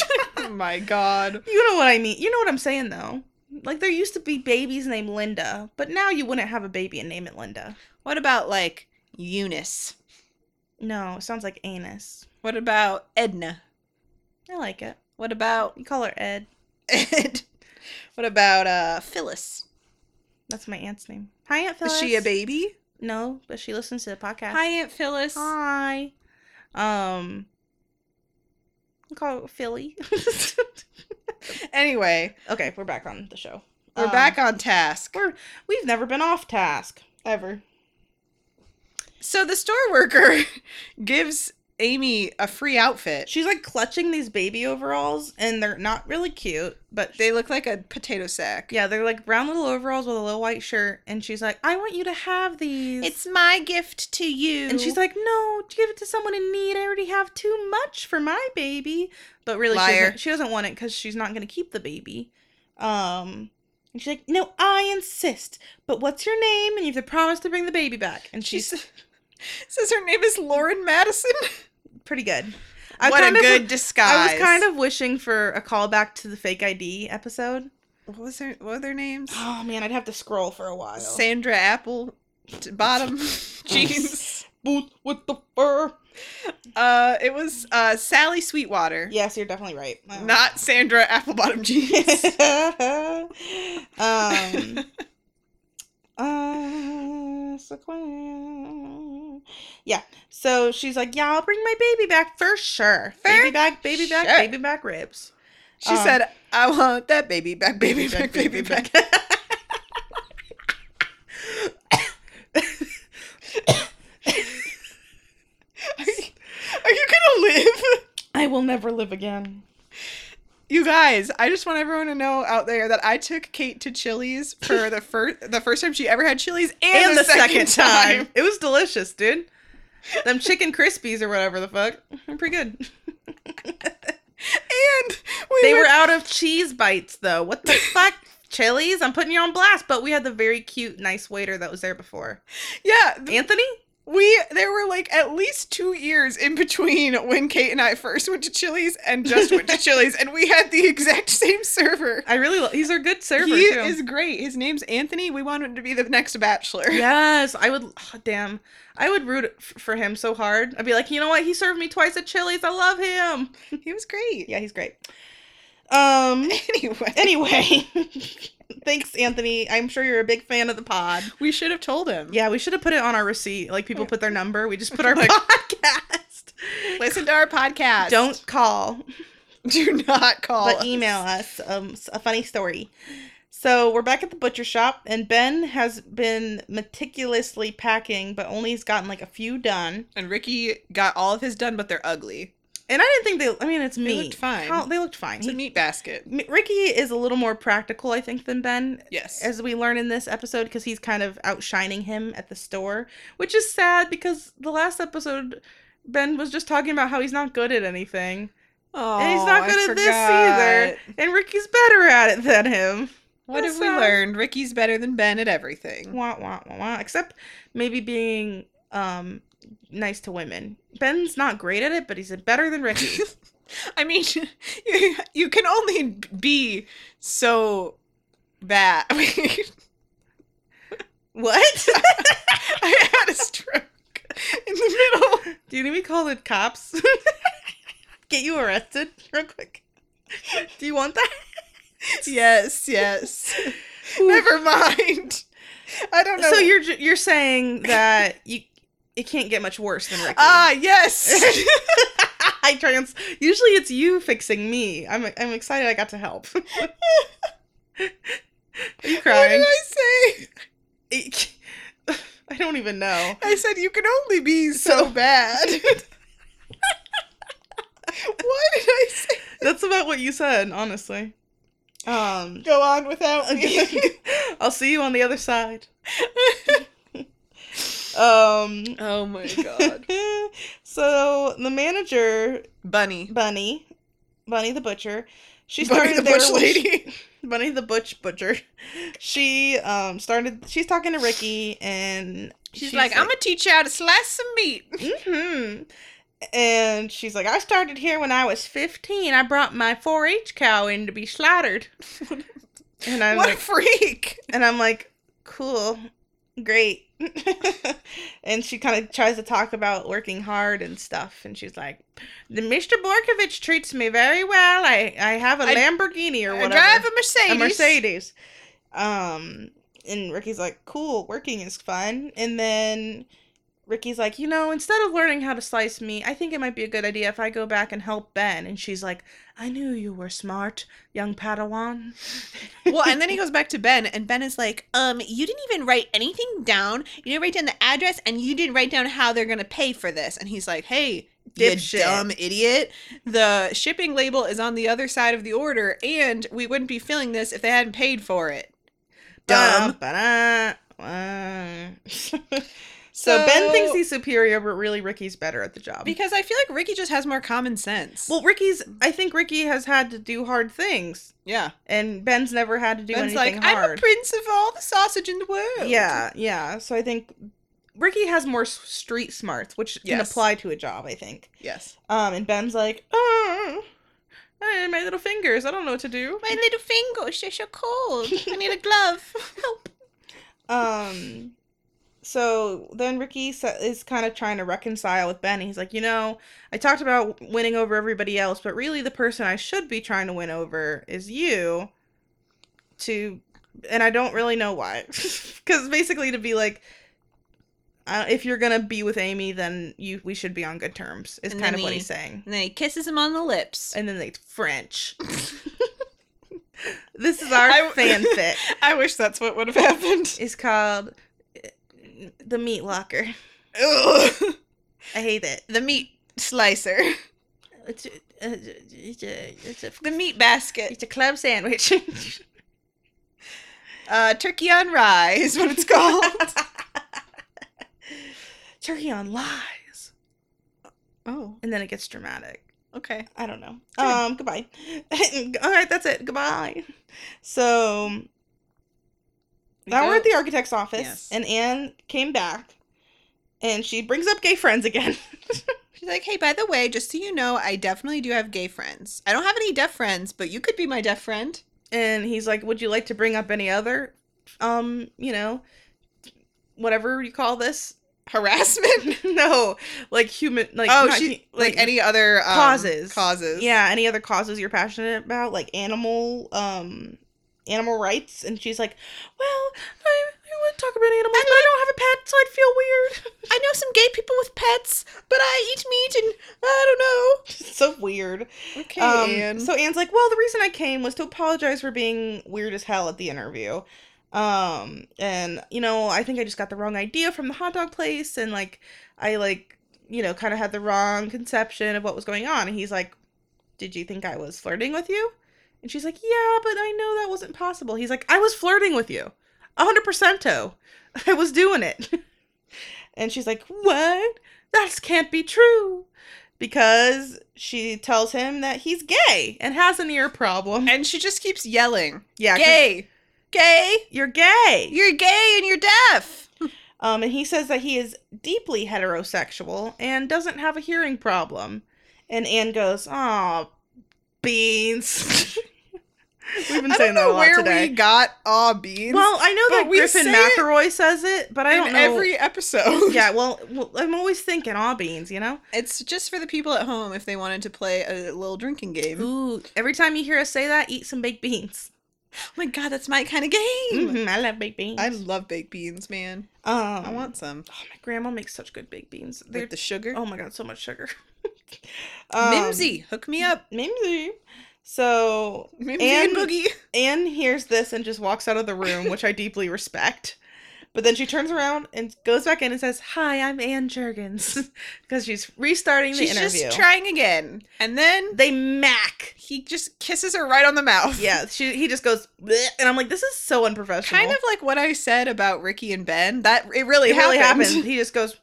S1: oh my God.
S2: you know what I mean. You know what I'm saying though. Like there used to be babies named Linda, but now you wouldn't have a baby and name it Linda.
S1: What about like Eunice?
S2: No, it sounds like anus.
S1: What about Edna?
S2: I like it.
S1: What about
S2: You call her Ed.
S1: Ed? What about uh Phyllis?
S2: That's my aunt's name. Hi, Aunt Phyllis.
S1: Is she a baby?
S2: No, but she listens to the podcast.
S1: Hi, Aunt Phyllis.
S2: Hi. Um I'll call it Philly.
S1: Anyway,
S2: okay, we're back on the show.
S1: we're
S2: Um,
S1: back on task.
S2: We're we've never been off task ever.
S1: So the store worker gives Amy a free outfit.
S2: She's like clutching these baby overalls and they're not really cute, but
S1: They look like a potato sack.
S2: yeah, they're like brown little overalls with a little white shirt and she's like, "I want you to have these."
S1: It's my gift to you.
S2: and she's like, "No, give it to someone in need. I already have too much for my baby." But really, she
S1: Liar.
S2: doesn't, she doesn't want it because she's not going to keep the baby. Um, and she's like, "No, I insist. But what's your name? And you have to promise to bring the baby back." And
S1: she
S2: she's
S1: s- says her name is Lauren Madison.
S2: pretty good.
S1: what a
S2: kind of-
S1: good disguise.
S2: I was kind of wishing for a callback to the fake ID episode.
S1: What was her? What were their names?
S2: Oh man, I'd have to scroll for a while.
S1: Sandra Apple, t- bottom jeans.
S2: Boots with the fur.
S1: Uh, it was uh, Sally Sweetwater,
S2: Yes, you're definitely right. I don't
S1: not Sandra Applebottom Jeans.
S2: um, uh, Sequoia. Yeah. So she's like, "Yeah, I'll bring my baby back for sure.
S1: For
S2: baby back, baby back,
S1: sure."
S2: baby back ribs.
S1: she
S2: Um,
S1: said, "I want that baby back, baby Uh-huh. back, baby back."
S2: Are you gonna live? I will never live again.
S1: You guys, I just want everyone to know out there that I took Kate to Chili's for the first the first time she ever had Chili's, and, the, second, time.
S2: it was delicious, dude. Them chicken crispies or whatever the fuck, are pretty good.
S1: And we
S2: They
S1: went-
S2: were out of cheese bites though. What the fuck? Chili's? I'm putting you on blast, but we had the very cute, nice waiter that was there before.
S1: yeah. th-
S2: Anthony?
S1: We there were like at least two years in between when Kate and I first went to Chili's and just went to Chili's, and we had the exact same server.
S2: I really love he's our good server
S1: he
S2: too.
S1: is great. His name's Anthony. We want him to be the next bachelor.
S2: yes, I would oh, damn. I would root f- for him so hard. I'd be like, you know what? He served me twice at Chili's. I love him.
S1: He was great.
S2: Yeah, he's great. Um
S1: Anyway,
S2: anyway. Thanks, Anthony. I'm sure you're a big fan of the pod.
S1: we should have told him.
S2: Yeah, we should have put it on our receipt. Like people put their number. We just put our
S1: Like-
S2: podcast.
S1: Listen to our podcast.
S2: Don't call.
S1: do not call.
S2: but
S1: us.
S2: email us um, s- a funny story. So we're back at the butcher shop, and Ben has been meticulously packing, but only has gotten like a few done.
S1: And Ricky got all of his done, but they're ugly.
S2: And I didn't think they. I mean, it's meat.
S1: looked fine.
S2: How- they looked fine.
S1: It's a
S2: He-
S1: meat basket.
S2: M- Ricky is a little more practical, I think, than Ben,
S1: Yes.
S2: as we learn in this episode, because he's kind of outshining him at the store, which is sad because the last episode. Ben was just talking about how he's not good at anything.
S1: oh,
S2: and he's not good at this either. And Ricky's better at it than him.
S1: What
S2: That's
S1: have we
S2: sad.
S1: learned? Ricky's better than Ben at everything.
S2: wah, wah, wah, wah, except maybe being um nice to women. Ben's not great at it, but he's better than Ricky.
S1: I mean, you, you can only be so bad. I mean,
S2: what?
S1: I had a stroke in the middle.
S2: Do you need me to call the cops? Get you arrested real quick. Do you want that?
S1: Yes, yes. Never mind. I don't know.
S2: So you're ju- you're saying that you it can't get much worse than Ricky.
S1: ah yes.
S2: I trans. Usually it's you fixing me. I'm I'm excited I got to help. Are you
S1: what did
S2: crying?
S1: I say?
S2: I don't even know.
S1: I said you can only be so bad. Why did I say
S2: That's about what you said, honestly. Um,
S1: go on without me?
S2: I'll see you on the other side. um,
S1: oh my
S2: so the manager,
S1: Bunny.
S2: Bunny, Bunny the butcher, she
S1: Bunny
S2: started
S1: the
S2: there
S1: butch
S2: when she-
S1: lady.
S2: Bunny the butch butcher. She um started. She's talking to Ricky, and
S1: gonna teach you how to slice some meat.
S2: Mm-hmm. And she's like, I started here when I was 15. I brought my 4-H cow in to be slaughtered. and I'm
S1: what a
S2: like,
S1: freak.
S2: and I'm like, cool, great. and she kind of tries to talk about working hard and stuff. And she's like, the Mr. Borkovich treats me very well. I I have a
S1: I-
S2: Lamborghini or
S1: I
S2: whatever
S1: drive a Mercedes.
S2: a Mercedes. Um, and Ricky's like, "Cool, working is fun." And then Ricky's like, "You know, instead of learning how to slice meat, I think it might be a good idea if I go back and help Ben." And she's like, "I knew you were smart, young Padawan."
S1: well, and then he goes back to Ben, and Ben is like, "Um, you didn't even write anything down. You didn't write down the address, and you didn't write down how they're gonna pay for this." And he's like, "Hey,
S2: Dipshit.
S1: you dumb idiot! The shipping label is on the other side of the order, and we wouldn't be filling this if they hadn't paid for it." Um, Dumb.
S2: Ba-da, ba-da, uh. so Ben thinks he's superior, but really Ricky's better at the job.
S1: because I feel like Ricky just has more common sense.
S2: well, Ricky's. I think Ricky has had to do hard things,
S1: yeah,
S2: and Ben's never had to do
S1: Ben's like,
S2: anything
S1: "I'm
S2: hard.
S1: a prince of all the sausage in the world."
S2: Yeah, yeah. So I think Ricky has more s- street smarts, which can
S1: Yes.
S2: apply to a job, I think.
S1: Yes.
S2: Um, and Ben's like, oh, I- my little fingers, I don't know what to do.
S1: My little fingers are so cold. I need a glove. Help.
S2: Um, so then Ricky sa- is kind of trying to reconcile with Ben. He's like, you know, I talked about winning over everybody else, but really the person I should be trying to win over is you. To, and I don't really know why, because basically to be like, uh, if you're gonna be with Amy, then you we should be on good terms. Is
S1: And
S2: kind
S1: then
S2: of what
S1: he-
S2: he's saying.
S1: And then he kisses him on the lips.
S2: And then they French. this is our
S1: I-
S2: fanfic.
S1: I wish that's what would have happened.
S2: It's called uh, the Meat Locker.
S1: Ugh.
S2: I hate it.
S1: The meat slicer.
S2: It's a, it's a, it's a,
S1: The meat basket.
S2: it's a club sandwich.
S1: Uh, turkey on rye is what it's called.
S2: Turkey on lies.
S1: oh,
S2: And then it gets dramatic.
S1: okay.
S2: I don't know.
S1: Good.
S2: Um, goodbye. All right, that's it. Goodbye. So
S1: We
S2: now we're
S1: go-
S2: at the architect's office,
S1: Yes.
S2: and Anne came back, and she brings up gay friends again.
S1: She's like, hey, by the way, just so you know, I definitely do have gay friends. I don't have any deaf friends, but you could be my deaf friend.
S2: and he's like, "Would you like to bring up any other, um, you know, whatever you call this harassment? no, like human, like
S1: oh,
S2: not
S1: she
S2: hu-
S1: like, any other um,
S2: causes,
S1: Causes.
S2: Yeah, any other causes you're passionate about, like animal, um, animal rights?" And she's like, "Well, I, I want to talk about animals, but I don't have a pet, so I'd feel weird.
S1: I know some gay people with pets, but I eat meat and I
S2: It's so weird."
S1: don't know. Okay,
S2: Um, So Anne's like, well, the reason I came was to apologize for being weird as hell at the interview. Um, and you know, I think I just got the wrong idea from the hot dog place, and like, I like, you know, kind of had the wrong conception of what was going on. And he's like, did you think I was flirting with you? And she's like, yeah, but I know that wasn't possible. He's like, I was flirting with you, a hundred percento. I was doing it. and she's like, what? That can't be true because she tells him that he's gay and has an ear problem.
S1: and she just keeps yelling,
S2: yeah, 'cause
S1: gay, gay,
S2: you're gay.
S1: you're gay and you're deaf.
S2: Um, and he says that he is deeply heterosexual and doesn't have a hearing problem. And Anne goes, "Oh, beans." We've been
S1: I
S2: saying
S1: don't
S2: that a
S1: know
S2: lot
S1: where
S2: today.
S1: we got aw beans.
S2: well, I know
S1: but
S2: that
S1: we
S2: Griffin
S1: say it
S2: McElroy says it, but I don't
S1: in
S2: know.
S1: every episode.
S2: yeah, well, well, I'm always thinking, "Aw, beans," you know.
S1: It's just for the people at home if they wanted to play a little drinking game. Oh
S2: Ooh, every time you hear us say that, eat some baked beans.
S1: my god, that's my kind of game.
S2: Mhm, I love baked beans.
S1: Mm-hmm. I love baked beans, man.
S2: um,
S1: I want some.
S2: Oh, my grandma makes such good baked beans. They're
S1: With the sugar. Um,
S2: oh my god, so much sugar.
S1: Mimsy, hook me up.
S2: Um, Mimsy. So
S1: Mimsy
S2: and-
S1: and, Boogie.
S2: Anne hears this and just walks out of the room, which I deeply respect. But then she turns around and goes back in and says, "Hi, I'm Anne Jurgens," because she's restarting the
S1: She's
S2: interview.
S1: just trying again. And then
S2: they mac.
S1: he just kisses her right on the mouth.
S2: Yeah, she he just goes, "Bleh," and I'm like, this is so unprofessional.
S1: Kind of like what I said about Ricky and Ben. That it really,
S2: it really
S1: happened.
S2: happened. He just goes,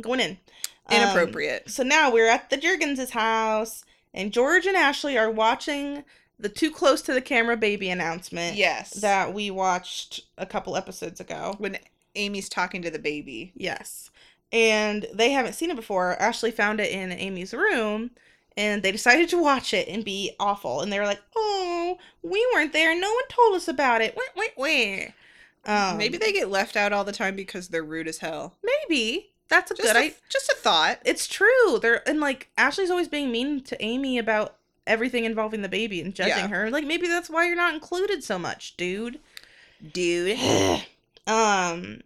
S2: going in. Um,
S1: Inappropriate.
S2: So now we're at the Jurgens' house, and George and Ashley are watching the too close to the camera baby announcement
S1: yes. Um, That
S2: that we watched a couple episodes ago.
S1: when Amy's talking to the baby.
S2: Yes. And they haven't seen it before. Ashley found it in Amy's room, and they decided to watch it and be awful. And they were like, oh, we weren't there. No one told us about it. Wait, wait, wait. Um,
S1: Maybe they get left out all the time because they're rude as hell.
S2: Maybe. That's a
S1: Just
S2: good
S1: a,
S2: idea.
S1: just a thought.
S2: It's true. They're and like Ashley's always being mean to Amy about everything involving the baby and judging
S1: Yeah.
S2: her. Like maybe that's why you're not included so much, dude.
S1: Dude.
S2: um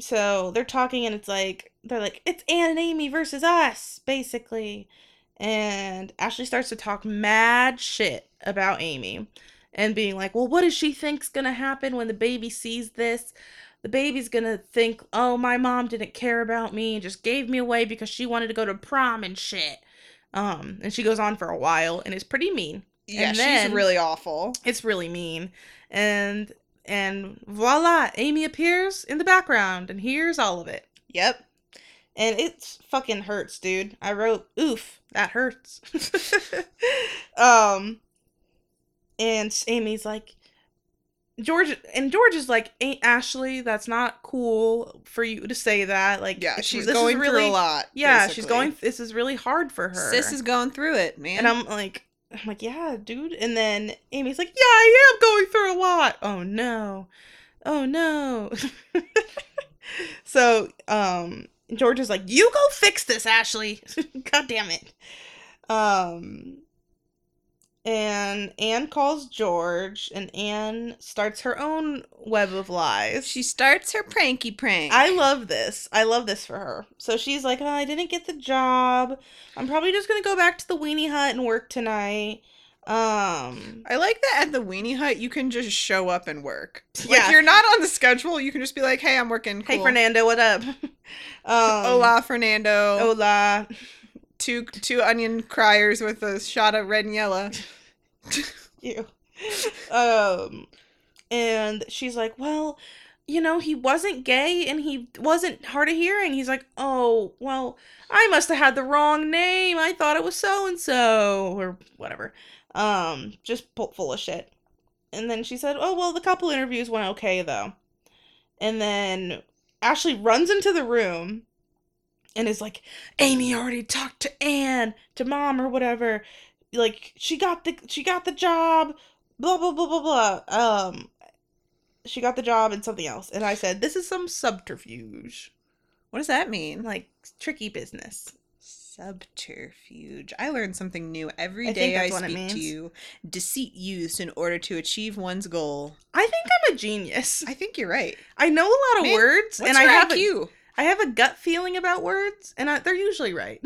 S2: so they're talking and it's like they're like it's Anne and Amy versus us basically. And Ashley starts to talk mad shit about Amy and being like, "Well, what does she think's going to happen when the baby sees this? The baby's going to think, "Oh, my mom didn't care about me and just gave me away because she wanted to go to prom and shit." Um, and she goes on for a while and is pretty mean.
S1: Yeah,
S2: And then-
S1: she's really awful.
S2: It's really mean. And and voila, Amy appears in the background and hears all of it.
S1: Yep.
S2: And it's fucking hurts, dude. I wrote, oof, that hurts. um and Amy's like George and George is like, Ain't Ashley, that's not cool for you to say that. Like
S1: Yeah,
S2: it's-
S1: she's
S2: this is
S1: going
S2: really-
S1: through a lot.
S2: Yeah, she's
S1: basically.
S2: going this is really hard for her.
S1: Sis is going through it, man.
S2: And I'm like, I'm like, yeah, dude. And then Amy's like, yeah, I am going through a lot. Oh no, oh no. So um, George is like, "You go fix this, Ashley. God damn it." Um, and Anne calls George, and Anne starts her own web of lies.
S1: She starts her pranky prank.
S2: I love this. I love this for her. So she's like, oh, I didn't get the job. I'm probably just gonna go back to the weenie hut and work tonight. Um
S1: I like that at the Weenie Hut you can just show up and work. Like
S2: Yeah.
S1: you're not on the schedule. You can just be like, "Hey, I'm working." Cool.
S2: Hey Fernando, what up? um
S1: Hola, Fernando.
S2: Oh. Hola.
S1: Two two onion criers with a shot of red and yellow.
S2: you. Um, and she's like, well, you know, he wasn't gay and he wasn't hard of hearing. He's like, oh, well, I must have had the wrong name. I thought it was so and so or whatever. Um, just pu- full of shit. And then she said, oh, well, the couple interviews went okay though. And then Ashley runs into the room and is like, Amy already talked to Anne, to mom or whatever like she got the she got the job blah blah blah blah blah um she got the job and something else and i said this is some subterfuge
S1: What does that mean?
S2: like tricky business
S1: Subterfuge. I learn something new every
S2: I think
S1: day I,
S2: that's what it
S1: speak to
S2: means.
S1: you. Deceit used in order to achieve one's goal.
S2: i think i'm a genius
S1: I think you're right.
S2: i know a lot of
S1: Man,
S2: words
S1: What's
S2: and i
S1: your
S2: have a,
S1: IQ?
S2: i have a gut feeling about words and I, they're usually right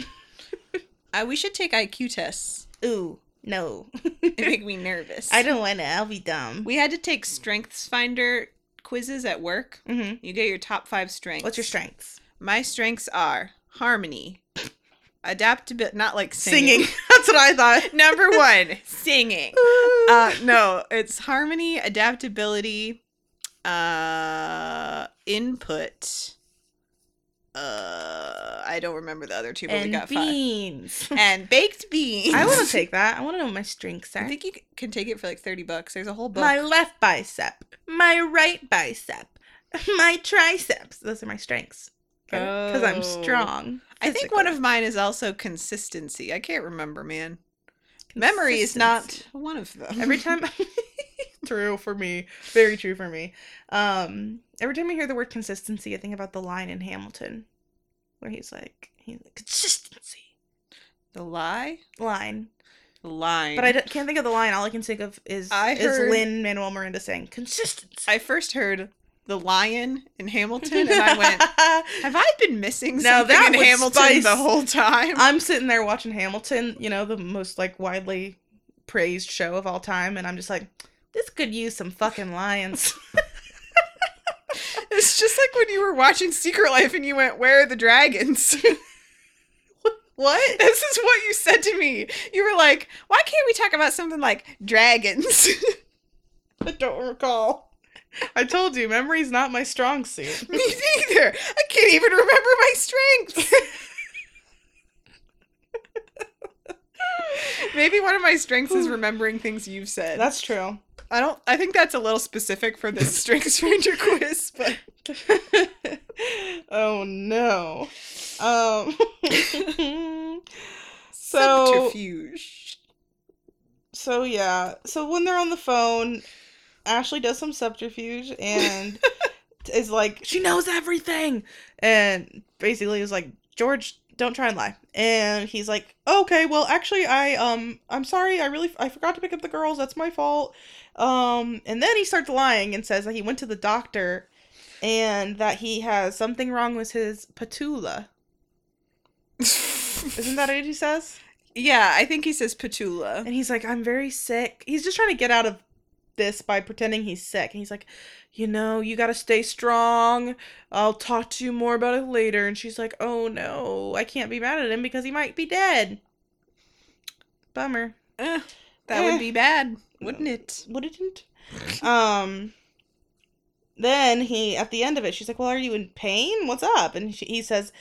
S1: I, Uh, we should take IQ tests.
S2: ooh no
S1: It make me nervous.
S2: i don't want to i'll be dumb
S1: We had to take Strengths Finder quizzes at work.
S2: hmm
S1: You get your top five strengths.
S2: what's your strengths
S1: My strengths are harmony, adaptability, not like
S2: singing,
S1: singing.
S2: that's what i thought
S1: Number one, singing. Uh, no, it's harmony, adaptability, uh, input. Uh, I don't remember the other two, but we
S2: and
S1: got
S2: beans
S1: five. And baked beans.
S2: i want to take that i want to know what my strengths are
S1: I think you c- can take it for like thirty bucks. There's a whole book.
S2: My left bicep, my right bicep, my triceps. Those are my strengths. Because I'm
S1: Oh.
S2: strong.
S1: I think one
S2: physically.
S1: of mine is also consistency. I can't remember, man. Memory is not
S2: Consistency.
S1: one of them.
S2: Every time. true for me. Very true for me. Um, every time I hear the word consistency, I think about the line in Hamilton where he's like, he's like consistency
S1: the lie,
S2: line.
S1: line.
S2: But I d- can't think of the line. All I can think of is,
S1: I heard-
S2: is Lynn Manuel Miranda saying consistency.
S1: I first heard the lion in Hamilton, and I went, "Have I been missing
S2: Now
S1: something
S2: that
S1: in
S2: was
S1: Hamilton
S2: spice.
S1: the whole time?"
S2: I'm sitting there watching Hamilton, you know, the most like widely praised show of all time, and I'm just like, this could use some fucking lions.
S1: it's just like when you were watching Secret Life, and you went, "Where are the dragons?"
S2: what?
S1: this is what you said to me. You were like, "Why can't we talk about something like dragons?"
S2: I don't recall. I told you, memory's not my strong suit.
S1: me neither. I can't even remember my strengths. Maybe one of my strengths is remembering things you've said.
S2: That's true.
S1: I don't. I think that's a little specific for this Strengths Ranger quiz, but
S2: oh no. Um So-
S1: subterfuge.
S2: So yeah. So when they're on the phone, Ashley does some subterfuge and is like, she knows everything. And basically is like, George, don't try and lie. And he's like, okay, well, actually, I um, I'm sorry, I really, I forgot to pick up the girls. That's my fault. Um, and then he starts lying and says that he went to the doctor, and that he has something wrong with his patula. Isn't that what he says?
S1: Yeah, I think he says patula.
S2: And he's like, I'm very sick. He's just trying to get out of this by pretending he's sick. And he's like, You know, you got to stay strong. I'll talk to you more about it later. And she's like, Oh no, I can't be mad at him because he might be dead. Bummer.
S1: Eh, that would be bad, wouldn't it?
S2: What didn't? um. Then he, at the end of it, she's like, "Well, are you in pain? What's up?" And she, he says,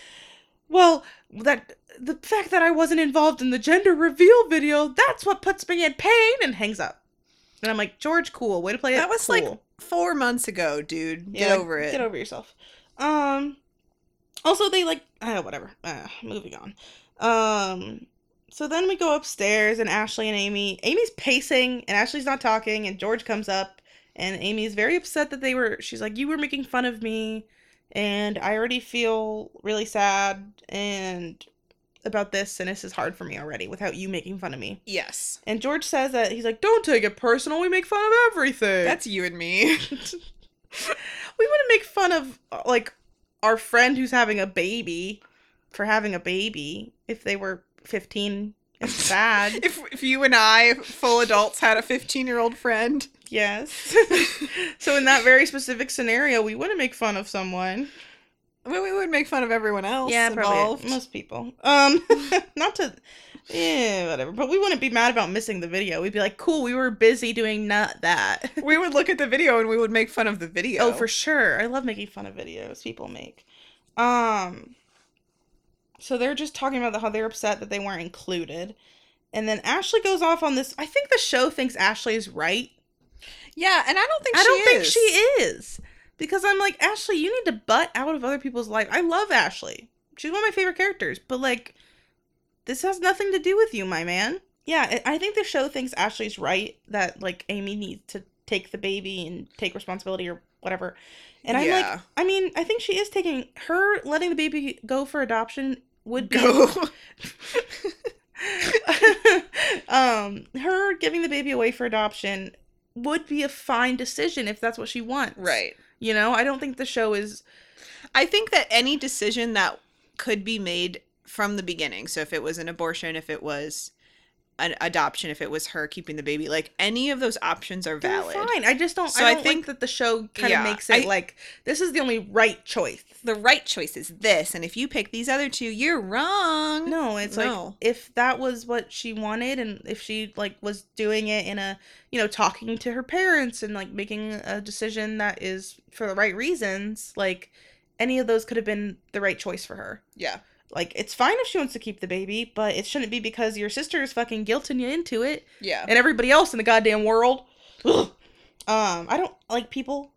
S2: "Well, that the fact that I wasn't involved in the gender reveal video, that's what puts me in pain." And hangs up. And I'm like, "George, cool way to play it.
S1: That was, like,
S2: cool.
S1: Four months ago, dude.
S2: Yeah,
S1: Get
S2: like,
S1: over it.
S2: Get over yourself." Um. Also, they like, uh, whatever. Uh, moving on. Um. So then we go upstairs, and Ashley and Amy. Amy's pacing, and Ashley's not talking, and George comes up, and Amy's very upset that they were. She's like, "You were making fun of me. and I already feel really sad and about this, and this is hard for me already without you making fun of me.
S1: Yes.
S2: And George says that he's like, "Don't take it personal. We make fun of everything.
S1: That's you and me.
S2: we wouldn't make fun of uh, like our friend who's having a baby for having a baby if they were fifteen. It's sad.
S1: if, if you and I, full adults, had a 15 year old friend.
S2: yes.
S1: we,
S2: so in that very specific scenario, we wouldn't make fun of someone.
S1: we would make fun of everyone else
S2: probably
S1: involved.
S2: most people. Um, not to, yeah, whatever. But we wouldn't be mad about missing the video. We'd be like, cool, we were busy doing not that.
S1: We would look at the video and we would make fun of the video.
S2: Oh, for sure. I love making fun of videos people make. Um, so they're just talking about how they're upset that they weren't included, and then Ashley goes off on this. I think the show thinks Ashley is right.
S1: Yeah, and I don't think
S2: I
S1: she
S2: don't think
S1: is.
S2: she is because I'm like Ashley, you need to butt out of other people's life. I love Ashley. She's one of my favorite characters, but like, this has nothing to do with you, my man. Yeah, I I think the show thinks Ashley's right that like Amy needs to take the baby and take responsibility or whatever. And I'm like,
S1: Yeah.
S2: I mean, I think she is taking her letting the baby go for adoption would be
S1: Go.
S2: um her giving the baby away for adoption would be a fine decision if that's what she wants.
S1: right.
S2: You know, I don't think the show is
S1: I think that any decision that could be made from the beginning, so if it was an abortion, if it was an adoption, if it was her keeping the baby, like any of those options are
S2: they're
S1: valid.
S2: Mm, fine. I just don't
S1: So
S2: I
S1: I
S2: don't think
S1: think-
S2: that the show kind of
S1: Yeah,
S2: makes it
S1: I-
S2: like this is the only right choice.
S1: The right choice is this, and if you pick these other two, you're wrong.
S2: No, it's like
S1: No.
S2: if that was what she wanted and if she like was doing it in a, you know, talking to her parents and like making a decision that is for the right reasons, like any of those could have been the right choice for her.
S1: Yeah.
S2: Like it's fine if she wants to keep the baby, but it shouldn't be because your sister is fucking guilting you into it
S1: Yeah.
S2: and everybody else in the goddamn world. Ugh. Um, I don't like people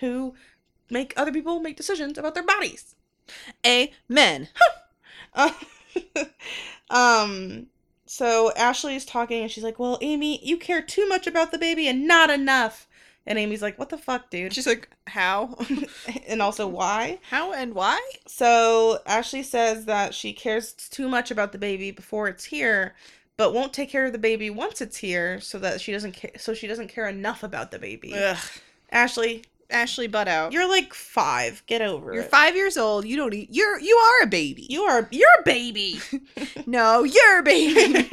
S2: who make other people make decisions about their bodies.
S1: Amen.
S2: um so ashley is talking and she's like well amy you care too much about the baby and not enough and amy's like what the fuck dude
S1: She's like, how?
S2: and also why
S1: how and why?
S2: so ashley says that she cares too much about the baby before it's here but won't take care of the baby once it's here so that she doesn't care so she doesn't care enough about the baby
S1: Ugh.
S2: ashley
S1: Ashley butt out. You're,
S2: you're like five get over it
S1: five years old. You don't. e- You're you are a baby.
S2: you are you're a baby
S1: no, you're a baby.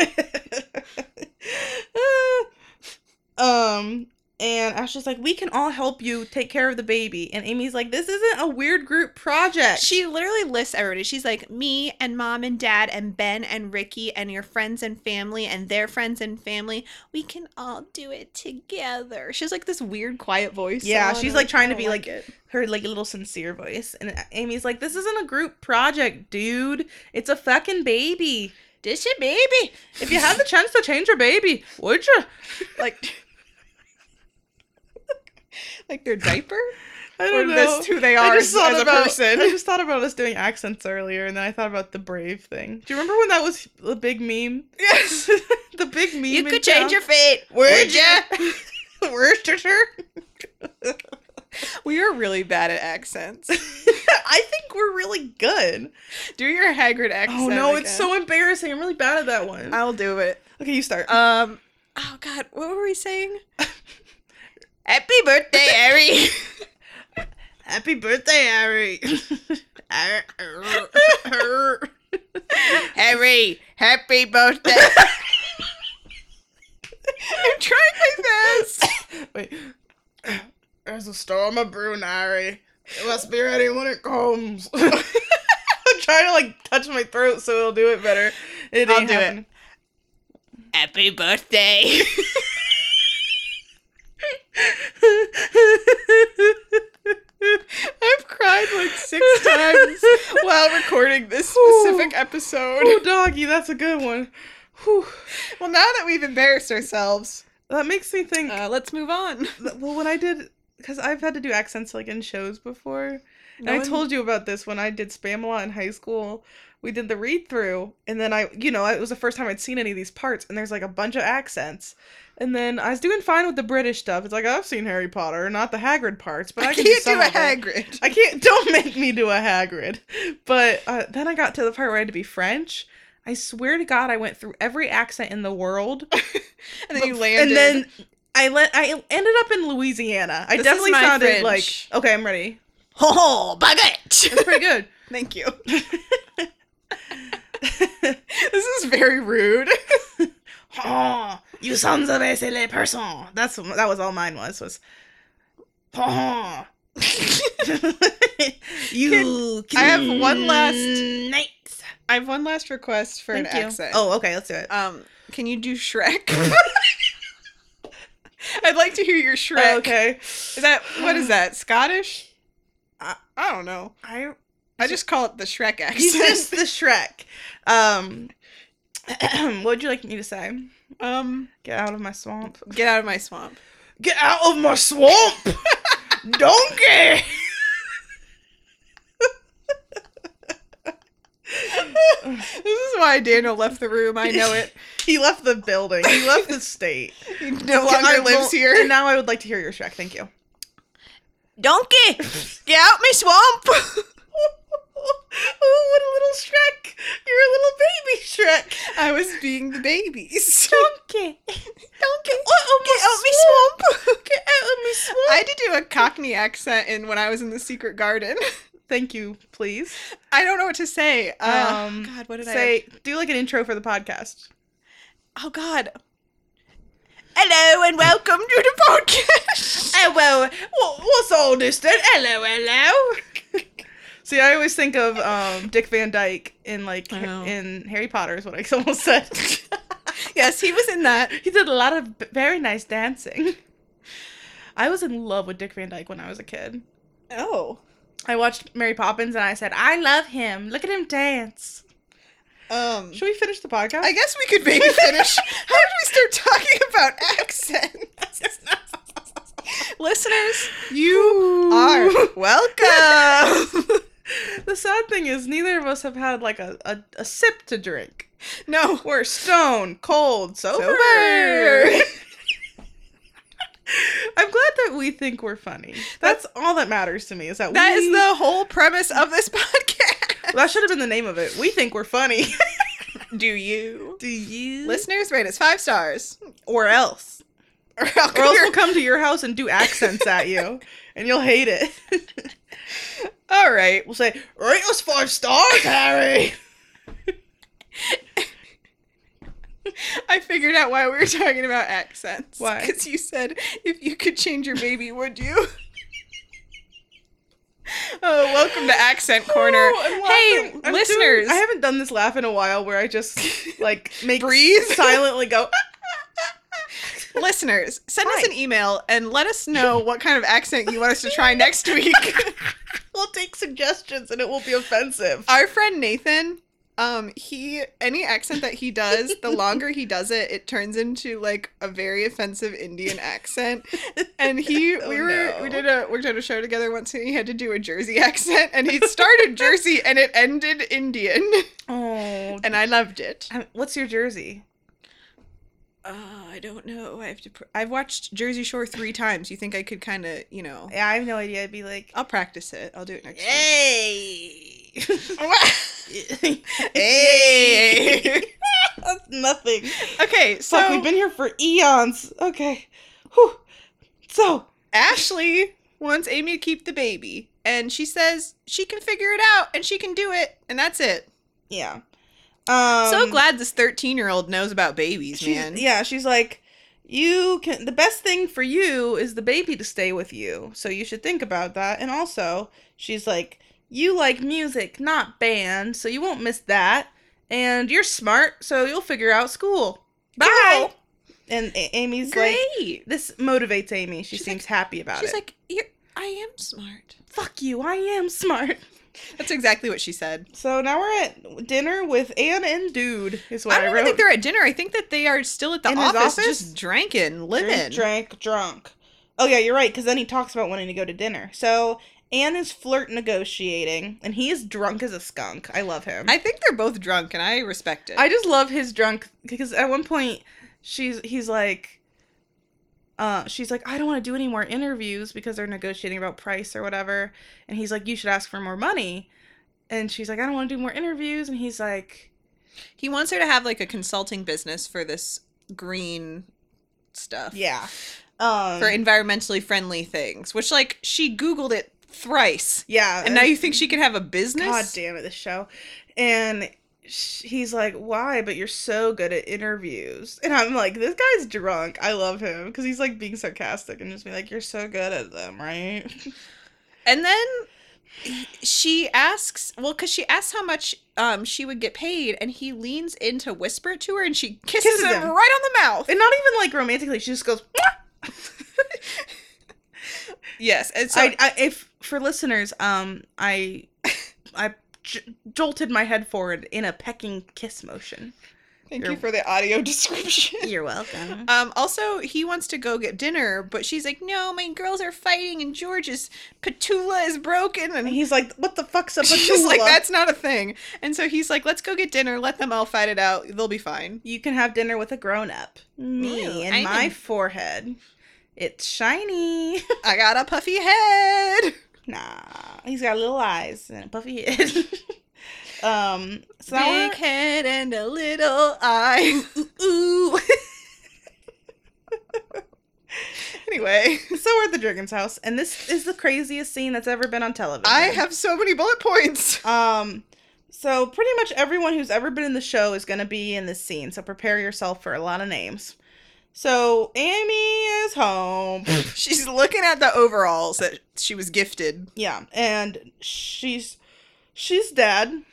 S2: um and Ashley's like, we can all help you take care of the baby. And Amy's like, this isn't a weird group project.
S1: She literally lists everybody. She's like, me and mom and dad and Ben and Ricky and your friends and family and their friends and family. We can all do it together. She's like this weird, quiet voice.
S2: Yeah,
S1: Oh, I
S2: she's,
S1: don't-
S2: like, trying
S1: I
S2: to
S1: don't
S2: be, like-
S1: it.
S2: her like little sincere voice. And Amy's like, this isn't a group project, dude. It's a fucking baby.
S1: This your baby.
S2: If you had the chance to change your baby, would you?
S1: like, like their diaper.
S2: I
S1: Or that's who they are
S2: I just
S1: as,
S2: thought
S1: as a
S2: about,
S1: person.
S2: I just thought about us doing accents earlier, and then I thought about the brave thing. Do you remember when that was the big meme?
S1: Yes.
S2: the big meme.
S1: You
S2: in
S1: could change
S2: town?
S1: your fate.
S2: Would ya?
S1: Worcestershire. we are really bad at accents.
S2: I think we're really good.
S1: Do your Hagrid accent.
S2: oh no, it's
S1: again.
S2: so embarrassing. I'm really bad at that one.
S1: I'll do it.
S2: okay, you start.
S1: Um. Oh God, what were we saying? Happy birthday, Harry.
S2: Happy birthday, Harry.
S1: Harry, happy birthday. I'm trying my best.
S2: Wait. There's a storm a brewing, Harry. It must be ready when it comes. I'm trying to like touch my throat so it'll do it better. It
S1: I'll
S2: ain't
S1: do it.
S2: happening.
S1: Happy birthday. I've cried like six times while recording this specific episode.
S2: Oh, doggy, that's a good one. Whew.
S1: Well, now that we've embarrassed ourselves, Um,
S2: That makes me think.
S1: uh, let's move on.
S2: Th- well when i did because i've had to do accents like in shows before And I told you about this when I did spam a lot in high school. We did the read through, and then I, you know, it was the first time I'd seen any of these parts, and there's like a bunch of accents. And then I was doing fine with the British stuff. It's like I've seen Harry Potter, not the Hagrid parts, but I,
S1: I
S2: can do,
S1: can't do
S2: some
S1: a
S2: of it.
S1: Hagrid.
S2: I can't. Don't make me do a Hagrid. But uh, then I got to the part where I had to be French. I swear to God, I went through every accent in the world,
S1: And then you
S2: But-
S1: landed.
S2: And then I le- I ended up in Louisiana. I
S1: This is
S2: definitely
S1: my
S2: sounded
S1: French.
S2: like okay, I'm ready.
S1: oh, baguette.
S2: It's pretty good.
S1: Thank you. this is very rude.
S2: oh, you sons of a silly person. That's that was all mine was was. Oh. you.
S1: I have one last-
S2: night.
S1: I have one last request for
S2: Thank
S1: an
S2: you.
S1: accent.
S2: Oh, okay, let's do it.
S1: um, can you do Shrek? I'd like to hear your Shrek.
S2: Okay.
S1: Is that what is that? Scottish? I, I don't know.
S2: I
S1: I just call it the Shrek
S2: he's just
S1: accent.
S2: the Shrek. Um, what would you like me to say?
S1: um,
S2: Get out of my swamp.
S1: get out of my swamp.
S2: Get out of my swamp, donkey.
S1: This is why Daniel left the room. I know it.
S2: He left the building. He left the state.
S1: He no
S2: I
S1: longer lives
S2: won't-
S1: here.
S2: And now I would like to hear your Shrek. Thank you.
S1: Donkey, get out my swamp.
S2: oh, what a little Shrek! You're a little baby Shrek.
S1: I was being the babies.
S2: Donkey.
S1: Donkey, get out my swamp. Get out of my swamp. I had to do a Cockney accent in when I was in the Secret Garden.
S2: Thank you, please.
S1: I don't know what to say. Uh,
S2: Um,
S1: God, what did I
S2: Say, do like an intro for the podcast.
S1: Oh God. Hello and welcome to the podcast.
S2: Oh well, what, what's all this then? Hello, hello. See, I always think of um, Dick Van Dyke in like
S1: I know.
S2: in Harry Potter is what I almost said.
S1: yes, he was in that.
S2: he did a lot of b- very nice dancing. I was in love with Dick Van Dyke when I was a kid.
S1: Oh.
S2: I watched Mary Poppins and I said, "I love him. Look at him dance."
S1: Um
S2: Should we finish the podcast?
S1: I guess we could maybe finish. How did we start talking about accents? Listeners,
S2: you
S1: are welcome.
S2: The sad thing is, neither of us have had like a, a, a sip to drink.
S1: no,
S2: We're stone cold sober.
S1: Sober.
S2: I'm glad that we think we're funny. That's all that matters to me is that
S1: that
S2: we,
S1: is the whole premise of this podcast.
S2: that should have been the name of it. We think we're funny.
S1: Do you?
S2: Do you
S1: Listeners, rate us five stars,
S2: or else?
S1: or
S2: Or
S1: I'll come
S2: else
S1: here.
S2: we'll come to your house and do accents at you, and you'll hate it. all right, we'll say rate us five stars, Harry.
S1: I figured out why we were talking about accents.
S2: Why?
S1: Because you said if you could change your baby, would you? oh, welcome to Accent Corner.
S2: Oh, I'm
S1: Hey,
S2: laughing. I'm
S1: listeners.
S2: doing- I haven't done this laugh in a while where I just like make
S1: Breathe.
S2: silently go.
S1: listeners, send us
S2: Hi.
S1: an email and let us know what kind of accent you want us to try next week.
S2: we'll take suggestions and it won't be offensive.
S1: Our friend Nathan, um, he any accent that he does, the longer he does it, it turns into like a very offensive Indian accent. And he,
S2: Oh,
S1: we were,
S2: no.
S1: we did a worked on a show together once, and he had to do a Jersey accent, and he started Jersey and it ended Indian,
S2: Oh,
S1: and I loved it.
S2: and what's your jersey?
S1: Uh, I don't know. I have to. Pr- I've watched Jersey Shore three times. You think I could kind of, you know?
S2: Yeah, I have no idea. I'd be like,
S1: I'll practice it. I'll do it next week.
S2: hey,
S1: hey.
S2: that's nothing.
S1: okay, so
S2: Fuck, we've been here for eons. Okay, Whew. so
S1: Ashley wants Amy to keep the baby, and she says she can figure it out and she can do it, and that's it.
S2: yeah. Um,
S1: so glad this 13 year old knows about babies,
S2: she's,
S1: man.
S2: Yeah, she's like, you can. The best thing for you is the baby to stay with you, so you should think about that. And also, she's like, you like music, not band, so you won't miss that. And you're smart, so you'll figure out school. Bye.
S1: Cool.
S2: And A- Amy's like,
S1: Great.
S2: this motivates Amy. She
S1: She's
S2: seems happy about
S1: She's
S2: it.
S1: like, You're, I am smart.
S2: fuck you, I am smart.
S1: That's exactly what she said.
S2: So now we're at dinner with Anne and Dude. Is what
S1: I
S2: I,
S1: don't
S2: wrote.
S1: even think they're at dinner. I think that they are still at the
S2: In his
S1: office,
S2: office?
S1: just drinking, living.
S2: Drink, drank, drunk. Oh yeah, you're right. Because then he talks about wanting to go to dinner. So Anne is flirt negotiating, and he is drunk as a skunk. I love him.
S1: I think they're both drunk, and I respect it.
S2: I just love his drunk because at one point she's he's like uh she's like I don't want to do any more interviews because they're negotiating about price or whatever and he's like you should ask for more money and she's like I don't want to do more interviews and he's like
S1: he wants her to have like a consulting business for this green stuff.
S2: yeah um
S1: For environmentally friendly things, which like she Googled it thrice.
S2: yeah
S1: And now you think she can have a business?
S2: God damn it this show and sh- he's like why but you're so good at interviews and I'm like this guy's drunk I love him cuz he's like being sarcastic and just being like you're so good at them right
S1: And then she asks, well, because she asks how much um she would get paid, and he leans in to whisper it to her, and she kisses,
S2: Kisses
S1: him,
S2: him.
S1: right on the mouth.
S2: and not even like romantically she just goes "Mwah!"
S1: Yes, and so
S2: I, I if for listeners um i i j- jolted my head forward in a pecking kiss motion
S1: thank
S2: you're-
S1: for the audio description.
S2: you're welcome
S1: Um, also, he wants to go get dinner, but she's like, "No, my girls are fighting, and George's patula is broken." And
S2: and he's like what the fuck's up with
S1: she's like,
S2: Tula?"
S1: "That's not a thing." And so he's like, "Let's go get dinner. Let them all fight it out. They'll be fine."
S2: you can have dinner with a grown-up me
S1: Ooh,
S2: and
S1: I'm
S2: my
S1: in-
S2: forehead it's shiny
S1: I got a puffy head.
S2: nah he's got little eyes and a puffy head um so now we're-
S1: Big head and a little eye.
S2: ooh
S1: anyway,
S2: so we're at the dragon's house and this is the craziest scene that's ever been on television
S1: I have so many bullet points.
S2: Um, so pretty much everyone who's ever been in the show is gonna be in this scene, so prepare yourself for a lot of names. So Amy is home.
S1: She's looking at the overalls that she was gifted.
S2: yeah, and she's she's dead.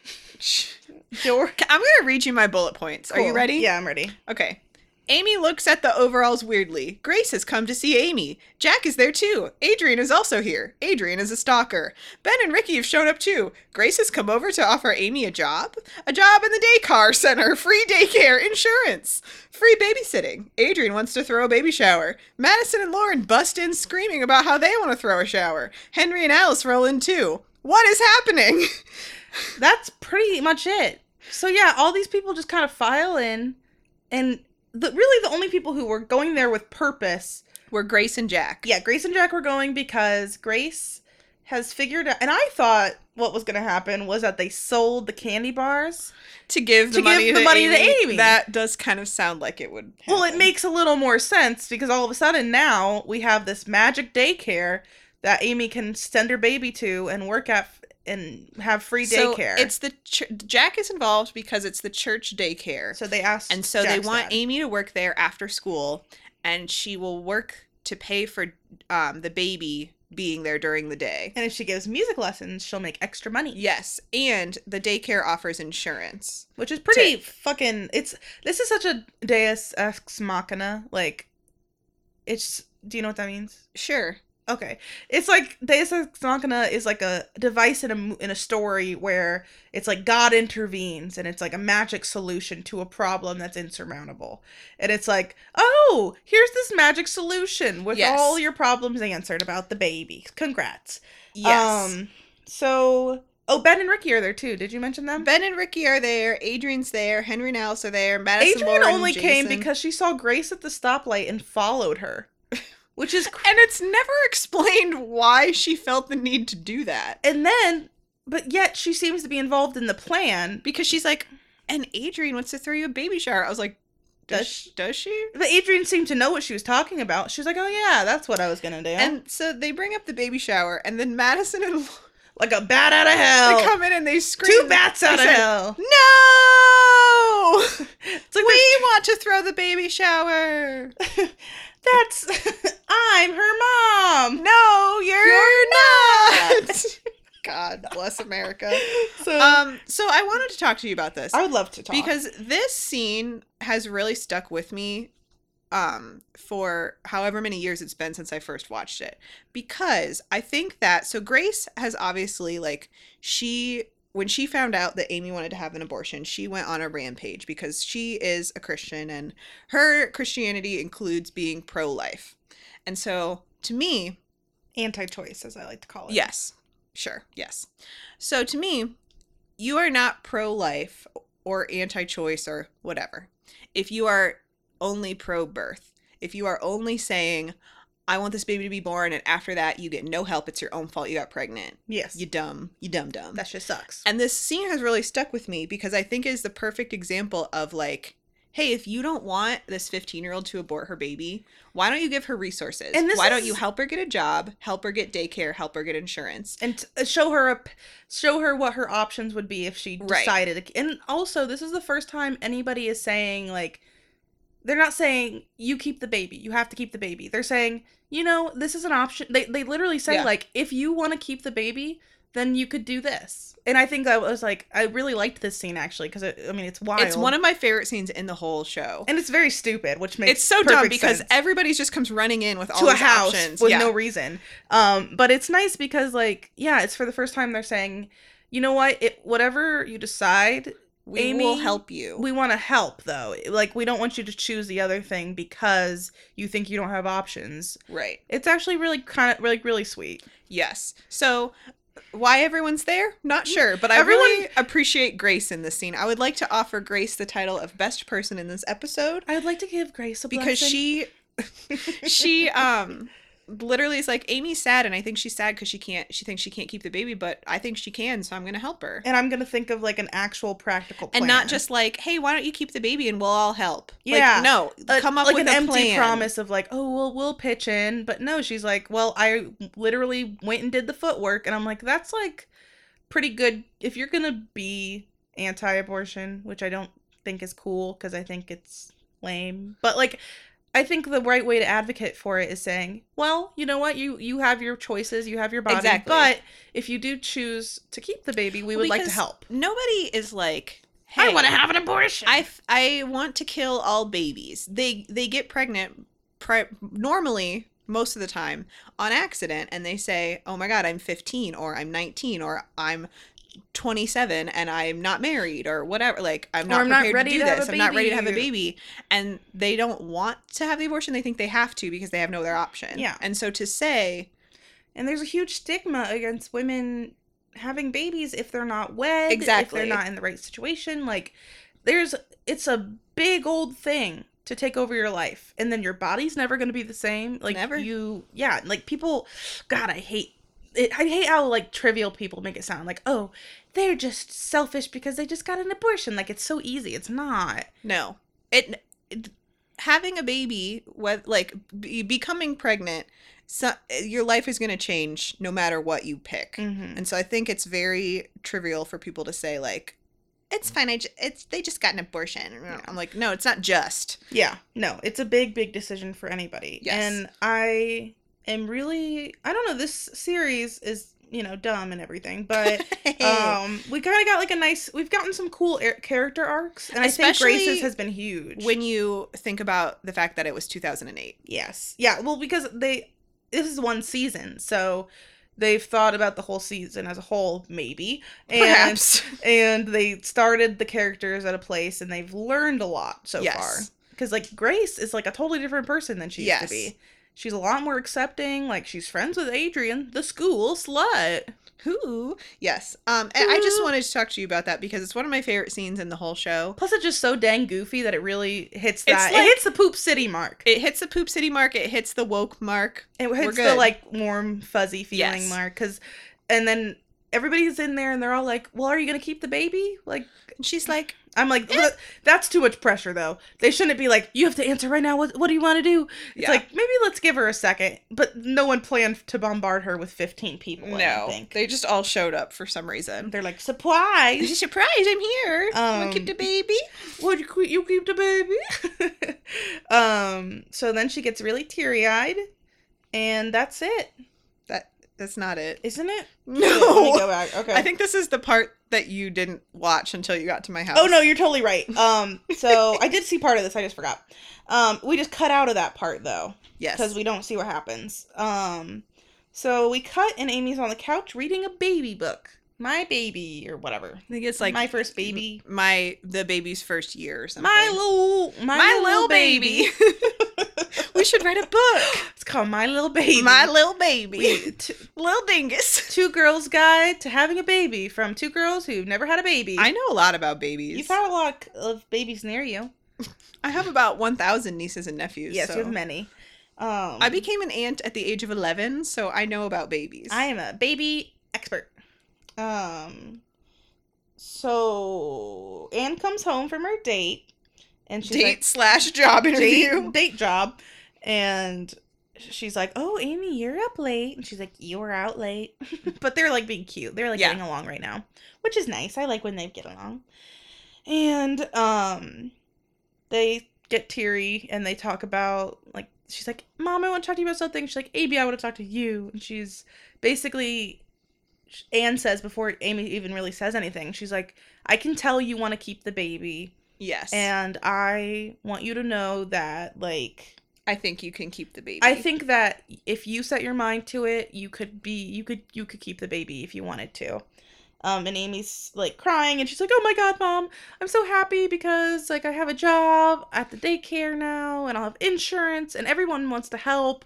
S1: George. I'm gonna read you my bullet points. Are you
S2: Cool.
S1: ready?
S2: Yeah, I'm ready.
S1: Okay. Amy looks at the overalls weirdly. Grace has come to see Amy. Jack is there too. Adrian is also here. Adrian is a stalker. Ben and Ricky have shown up too. Grace has come over to offer Amy a job. A job in the daycare center, free daycare, insurance, free babysitting. Adrian wants to throw a baby shower. Madison and Lauren bust in screaming about how they want to throw a shower. Henry and Alice roll in too. What is happening?
S2: That's pretty much it. So yeah, all these people just kind of file in, and the really the only people who were going there with purpose
S1: We're Grace and Jack.
S2: yeah, Grace and Jack were going because Grace has figured out, and I thought what was going to happen was that they sold the candy bars.
S1: to give the
S2: To give
S1: money,
S2: the
S1: to,
S2: money to
S1: Amy,
S2: Amy.
S1: That does kind of sound like it would.
S2: Well, it
S1: happen.
S2: makes a little more sense because all of a sudden now we have this magic daycare that Amy can send her baby to and work at f- and have free
S1: so
S2: daycare.
S1: It's the ch- Jack is involved because it's the church daycare,
S2: so they asked,
S1: and so they
S2: Jack's
S1: want
S2: dad.
S1: Amy to work there after school, and she will work to pay for um, the baby being there during the day.
S2: and if she gives music lessons, she'll make extra money,
S1: Yes, and the daycare offers insurance.
S2: which is pretty fucking. It's this is such a Deus ex machina. Like, it's. Do you know what that means?
S1: Sure.
S2: Okay, it's like Deus Ex Machina is like a device in a mo- in a story where it's like God intervenes and it's like a magic solution to a problem that's insurmountable, and it's like, oh, here's this magic solution with
S1: Yes.
S2: all your problems answered about the baby. Congrats.
S1: Yes.
S2: Um. So, oh, Ben and Ricky are there too. Did you mention them?
S1: ben and Ricky are there. Adrian's there. Henry and Alice are there. Madison,
S2: Adrian
S1: Lauren, and
S2: only came
S1: Jason.
S2: because she saw Grace at the stoplight and followed her, which is crazy.
S1: And it's never explained why she felt the need to do that.
S2: and then but yet she seems to be involved in the plan
S1: because she's like, and Adrian wants to throw you a baby shower. I was like, does
S2: Does
S1: she? Does she?
S2: but adrian seemed to know what she was talking about she's like oh yeah that's what i was gonna do
S1: And so they bring up the baby shower, and then Madison and Lauren
S2: like a bat out of hell
S1: come in and they scream.
S2: two bats out
S1: They
S2: of
S1: said,
S2: hell
S1: No!
S2: it's like
S1: we want to throw the baby shower.
S2: that's i'm her mom
S1: No, you're, not. God bless America.
S2: so
S1: Um, so I wanted to talk to you about this.
S2: i would love to talk
S1: because this scene has really stuck with me um for however many years it's been since I first watched it because I think that so Grace has obviously like she when she found out that Amy wanted to have an abortion she went on a rampage because she is a Christian and her Christianity includes being pro life. And so to me
S2: anti-choice as i like to call it
S1: Yes. Sure. Yes. So to me, you are not pro life or anti choice or whatever. If you are only pro birth, if you are only saying, I want this baby to be born, and after that, you get no help, it's your own fault you got pregnant.
S2: Yes.
S1: You dumb. You dumb dumb.
S2: that shit sucks.
S1: And this scene has really stuck with me because I think is the perfect example of like, hey, if you don't want this 15 year old to abort her baby, why don't you give her resources?
S2: And this
S1: why don't
S2: is-
S1: you help her get a job, help her get daycare, help her get insurance?
S2: and t- uh, show her a p- show her what her options would be if she
S1: Right.
S2: decided and also this is the first time anybody is saying like they're not saying you keep the baby you have to keep the baby they're saying you know this is an option they, they literally say
S1: Yeah.
S2: like if you want to keep the baby then you could do this and i think i was like i really liked this scene actually because i mean it's wild
S1: It's one of my favorite scenes in the whole show.
S2: and it's very stupid which makes
S1: it's so dumb
S2: perfect
S1: because
S2: sense
S1: everybody just comes running in with all
S2: to a
S1: these
S2: house
S1: options.
S2: with
S1: yeah.
S2: no reason. Um, but it's nice because like yeah, it's for the first time they're saying, you know what, it whatever you decide,
S1: we
S2: Amy,
S1: will help you.
S2: we want to help though. Like we don't want you to choose the other thing because you think you don't have options.
S1: right.
S2: It's actually really kind of really really sweet.
S1: Yes. So why everyone's there? Not sure, but I
S2: Everyone-
S1: really appreciate Grace in this scene. I would like to offer Grace the title of best person in this episode
S2: I would like to give Grace a
S1: because she she um literally is like Amy's sad and I think she's sad cuz she can't she thinks she can't keep the baby, but I think she can, so I'm going to help her.
S2: and I'm gonna think of like an actual practical plan.
S1: And not just like, "Hey, why don't you keep the baby and we'll all help?"
S2: Yeah.
S1: Like, no,
S2: a-
S1: come up
S2: like
S1: with
S2: an
S1: a
S2: empty
S1: plan.
S2: promise of like, oh well, we'll pitch in, but no, she's like, well, I literally went and did the footwork, and I'm like, that's like pretty good if you're gonna be anti-abortion, which I don't think is cool because I think it's lame, but like. I think the right way to advocate for it is saying, well, you know what, you you have your choices, you have your body,
S1: Exactly.
S2: but if you do choose to keep the baby, we would like to
S1: Because
S2: help.
S1: Nobody is like, "Hey,
S2: wanna have an abortion.
S1: I f- I want to kill all babies. They they get pregnant pre- normally most of the time on accident and they say, "Oh my god, I'm 15 or I'm 19 or I'm 27 and I'm not married or whatever. Like I'm
S2: Or
S1: not
S2: I'm not
S1: prepared
S2: ready
S1: to do
S2: to have
S1: this.
S2: a
S1: I'm not ready to have a
S2: baby."
S1: baby." And they don't want to have the abortion. They think they have to because they have no other option.
S2: Yeah.
S1: And so to say,
S2: And there's a huge stigma against women having babies if they're not wed,
S1: Exactly.
S2: if they're not in the right situation. Like there's it's a big old thing to take over your life and then your body's never going to be the same. Like
S1: Never.
S2: you yeah, like people god, I hate it, I hate how like trivial people make it sound like, "Oh, they're just selfish because they just got an abortion." Like it's so easy. It's not.
S1: No, it, it- having a baby, with like be, becoming pregnant, so, your life is going to change no matter what you pick.
S2: Mhm.
S1: And so I think it's very trivial for people to say like, "It's fine. I j- it's they just got an abortion." I'm like, no, it's not just.
S2: Yeah, no, it's a big, big decision for anybody.
S1: Yes.
S2: And I am really, I don't know, this series is, you know, dumb and everything, but um, we kind of got like a nice, we've gotten some cool er- character arcs, and I think
S1: Especially
S2: Grace's has been huge.
S1: when you think about the fact that it was 2008,
S2: yes. Yeah, well, because they, this is one season, so they've thought about the whole season as a whole, maybe. And,
S1: perhaps
S2: And they started the characters at a place, and they've learned a lot so
S1: Yes.
S2: far. Because like Grace is like a totally different person than she used
S1: Yes.
S2: to be. She's a lot more accepting. Like she's friends with Adrian, the school slut.
S1: who? Yes. Um, and I just
S2: Who?
S1: wanted to talk to you about that because it's one of my favorite scenes in the whole show.
S2: Plus, it's just so dang goofy that it really hits that.
S1: like-
S2: it hits the poop city mark. It,
S1: It hits the poop city mark. It hits the woke mark. we're
S2: hits the
S1: good.
S2: like warm fuzzy feeling
S1: Yes.
S2: mark. Because, and then everybody's in there and they're all like, "Well, are you gonna keep the baby?" Like
S1: And she's like,
S2: I'm like, "Well, that's too much pressure though. They shouldn't be like, "You have to answer right now. What What do you want to do?" It's
S1: Yeah.
S2: like maybe let's give her a second. But no one planned to bombard her with 15 people. I don't
S1: no.
S2: think.
S1: They just all showed up for some reason.
S2: They're like, surprise!
S1: surprise, I'm here.
S2: Um,
S1: Look at the baby.
S2: Would you, keep- you keep the baby? um, so then she gets really teary eyed, and that's it,
S1: That that's not it.
S2: isn't it? Wait, let me
S1: No.
S2: go back. Okay.
S1: I think this is the part that you didn't watch until you got to my house.
S2: Oh no, you're totally right. Um, so I did see part of this. I just forgot. Um, we just cut out of that part though,
S1: Yes.
S2: because we don't see what happens. Um, so we cut, and Amy's on the couch reading a baby book, my baby or whatever,
S1: I think it's like
S2: my first baby,
S1: my the baby's first year or something.
S2: my little, my,
S1: my
S2: little
S1: little baby.
S2: baby.
S1: we should write a book.
S2: It's called My Little Baby.
S1: My little baby,
S2: We- t-
S1: little dingus.
S2: Two Girls Guide to Having a Baby from two girls who've never had a baby.
S1: I know a lot about babies.
S2: You found a lot of babies near you.
S1: I have about one thousand nieces and nephews.
S2: Yes,
S1: so.
S2: you have many. Um,
S1: I became an aunt at the age of eleven, so I know about babies.
S2: I am a baby expert. Um, so Anne comes home from her date, and she's
S1: date slash job
S2: like,
S1: interview.
S2: date, date job, and she's like, "Oh, Amy, you're up late," and she's like, "You were out late," but they're like being cute. They're like
S1: Yeah.
S2: getting along right now, which is nice. I like when they get along, and um, they get teary and they talk about like she's like, "Mom, I want to talk to you about something." She's like, "Amy, I want to talk to you," and she's basically sh- Anne says before Amy even really says anything, she's like, I can tell you want to keep the baby,
S1: Yes,
S2: and I want you to know that, like,
S1: I think you can keep the baby.
S2: I think that if you set your mind to it, you could be, you could, you could keep the baby if you wanted to. Um, and Amy's like crying, and she's like, "Oh my god, mom, I'm so happy because like I have a job at the daycare now, and I'll have insurance, and everyone wants to help,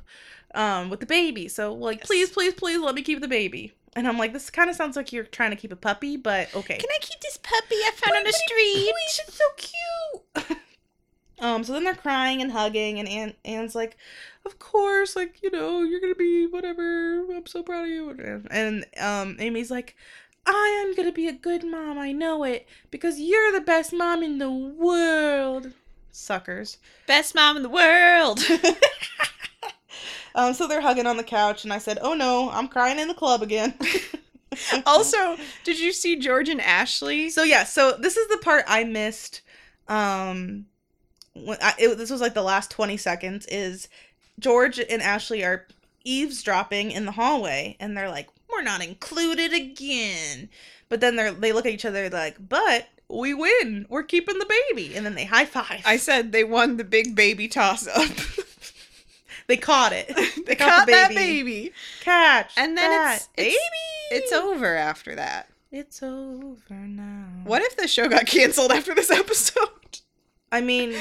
S2: um, with the baby. So like,
S1: Yes.
S2: please, please, please, let me keep the baby." And I'm like, "This kind of sounds like you're trying to keep a puppy, but okay."
S1: Can I keep this puppy I found on the street?
S2: Please, it's so cute. um, so then they're crying and hugging, and Anne, Anne's like, "Of course, like you know, you're gonna be whatever. I'm so proud of you." And um, Amy's like, "I am gonna be a good mom. I know it because you're the best mom in the world." Suckers.
S1: Best mom in the world.
S2: Um, so they're hugging on the couch, and I said, "Oh no, I'm crying in the club again."
S1: also, did you see George and Ashley?
S2: So yeah, so this is the part I missed. Um, when I, it, this was like the last twenty seconds is George and Ashley are eavesdropping in the hallway, and they're like, "We're not included again." But then they are they look at each other like, "But we win. We're keeping the baby," and then they high five.
S1: I said they won the big baby toss up.
S2: they caught it.
S1: they
S2: caught
S1: caught
S2: the
S1: that
S2: baby.
S1: baby.
S2: Catch.
S1: And then
S2: that
S1: it's, it's it's over after that.
S2: It's over now.
S1: What if the show got canceled after this episode?
S2: I mean,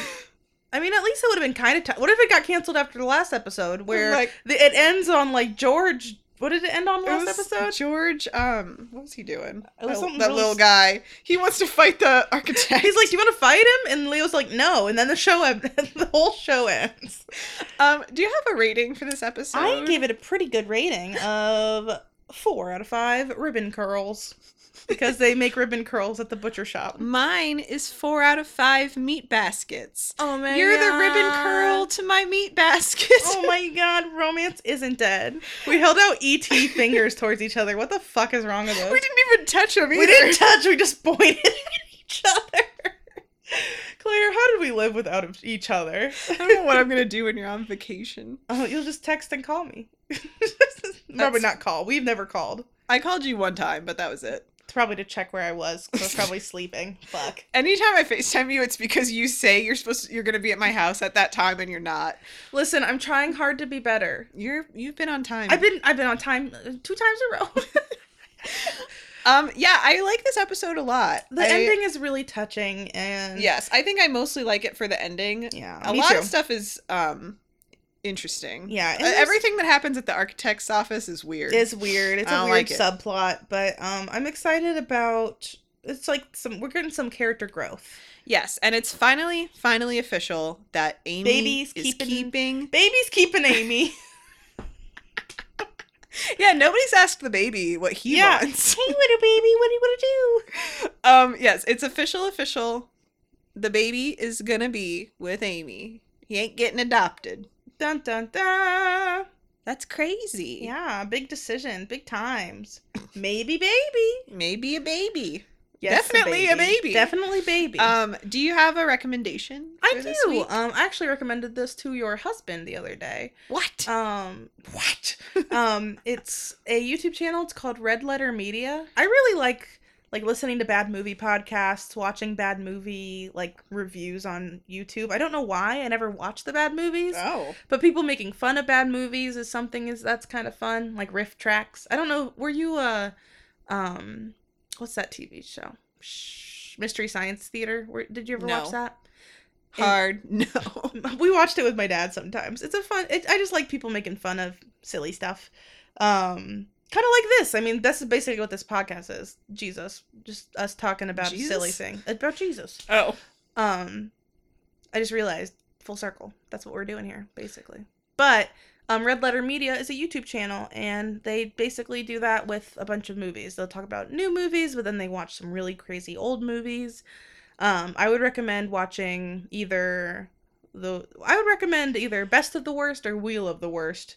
S2: I mean, at least it would have been kind of. T- what if it got canceled after the last episode, where
S1: Like-
S2: the, it ends on like George? What did it end on
S1: It
S2: last
S1: was
S2: episode?
S1: George, um, what was he doing?
S2: It was
S1: that
S2: something
S1: that
S2: really
S1: little
S2: s-
S1: guy. He wants to fight the architect.
S2: He's like, "Do you want to fight him?" And Leo's like, "No." And then the show, end- the whole show ends.
S1: um, do you have a rating for this episode?
S2: I gave it a pretty good rating of four out of five ribbon curls because they make ribbon curls at the butcher shop.
S1: mine is four out of five meat baskets.
S2: Oh man,
S1: You're the ribbon curl to my meat basket.
S2: Oh my god, romance isn't dead. We held out ET fingers towards each other. What the fuck is wrong with us?
S1: we didn't even touch him either.
S2: We didn't touch, we just pointed at each other. Claire, how did we live without each other?
S1: I don't know what I'm gonna do when you're on vacation.
S2: Oh, you'll just text and call me. probably
S1: That's-
S2: not call. We've never called.
S1: I called you one time, but that was it.
S2: It's probably to check where I was. 'cause I was probably sleeping. Fuck.
S1: Anytime I FaceTime you, it's because you say you're supposed to, you're gonna be at my house at that time and you're not.
S2: Listen, I'm trying hard to be better.
S1: You're you've been on time.
S2: I've been I've been on time uh, two times in a row.
S1: um yeah, I like this episode a lot.
S2: the
S1: I-
S2: ending is really touching and
S1: Yes, I think I mostly like it for the ending.
S2: yeah,
S1: a
S2: me
S1: lot
S2: too.
S1: of stuff is um interesting.
S2: Yeah, and
S1: Uh,
S2: there's-
S1: everything that happens at the architect's office is weird.
S2: It's weird. It's
S1: I
S2: a
S1: don't
S2: weird
S1: like it.
S2: subplot, but um, I'm excited about. It's like some we're getting some character growth.
S1: yes, and it's finally finally official that Amy
S2: Baby's
S1: is
S2: keeping-
S1: keeping
S2: Baby's keeping Amy.
S1: Yeah, nobody's asked the baby what he
S2: Yeah.
S1: wants.
S2: hey, little baby, what do you want to
S1: Um, yes, it's official, official. The baby is gonna be with Amy. He ain't getting adopted.
S2: do? Dun dun dun.
S1: That's crazy.
S2: Yeah, big decision, big times. Maybe baby.
S1: Maybe a baby.
S2: Yes,
S1: Definitely a baby.
S2: Definitely baby.
S1: Um, do you have a recommendation?
S2: I
S1: for this
S2: do.
S1: week?
S2: Um, I actually recommended this to your husband the other day.
S1: What?
S2: Um, what? um, it's a YouTube channel. It's called Red Letter Media. I really like like listening to bad movie podcasts, watching bad movie like reviews on YouTube. I don't know why I never watch the bad movies,
S1: oh.
S2: but people making fun of bad movies is something is that's kind of fun, like riff tracks. I don't know. Were you uh, um, what's that TV show? Shh, Mystery Science Theater. Where, did you ever watch
S1: No.
S2: that?
S1: Hard no.
S2: we watched it with my dad sometimes. It's a fun. It, I just like people making fun of silly stuff. Um, kind of like this. I mean, that's basically what this podcast is. Jesus, just us talking about a silly
S1: Jesus?
S2: thing about Jesus.
S1: Oh.
S2: Um, I just realized full circle. That's what we're doing here, basically. But um, Red Letter Media is a YouTube channel, and they basically do that with a bunch of movies. They'll talk about new movies, but then they watch some really crazy old movies. Um, I would recommend watching either the I would recommend either Best of the Worst or Wheel of the Worst,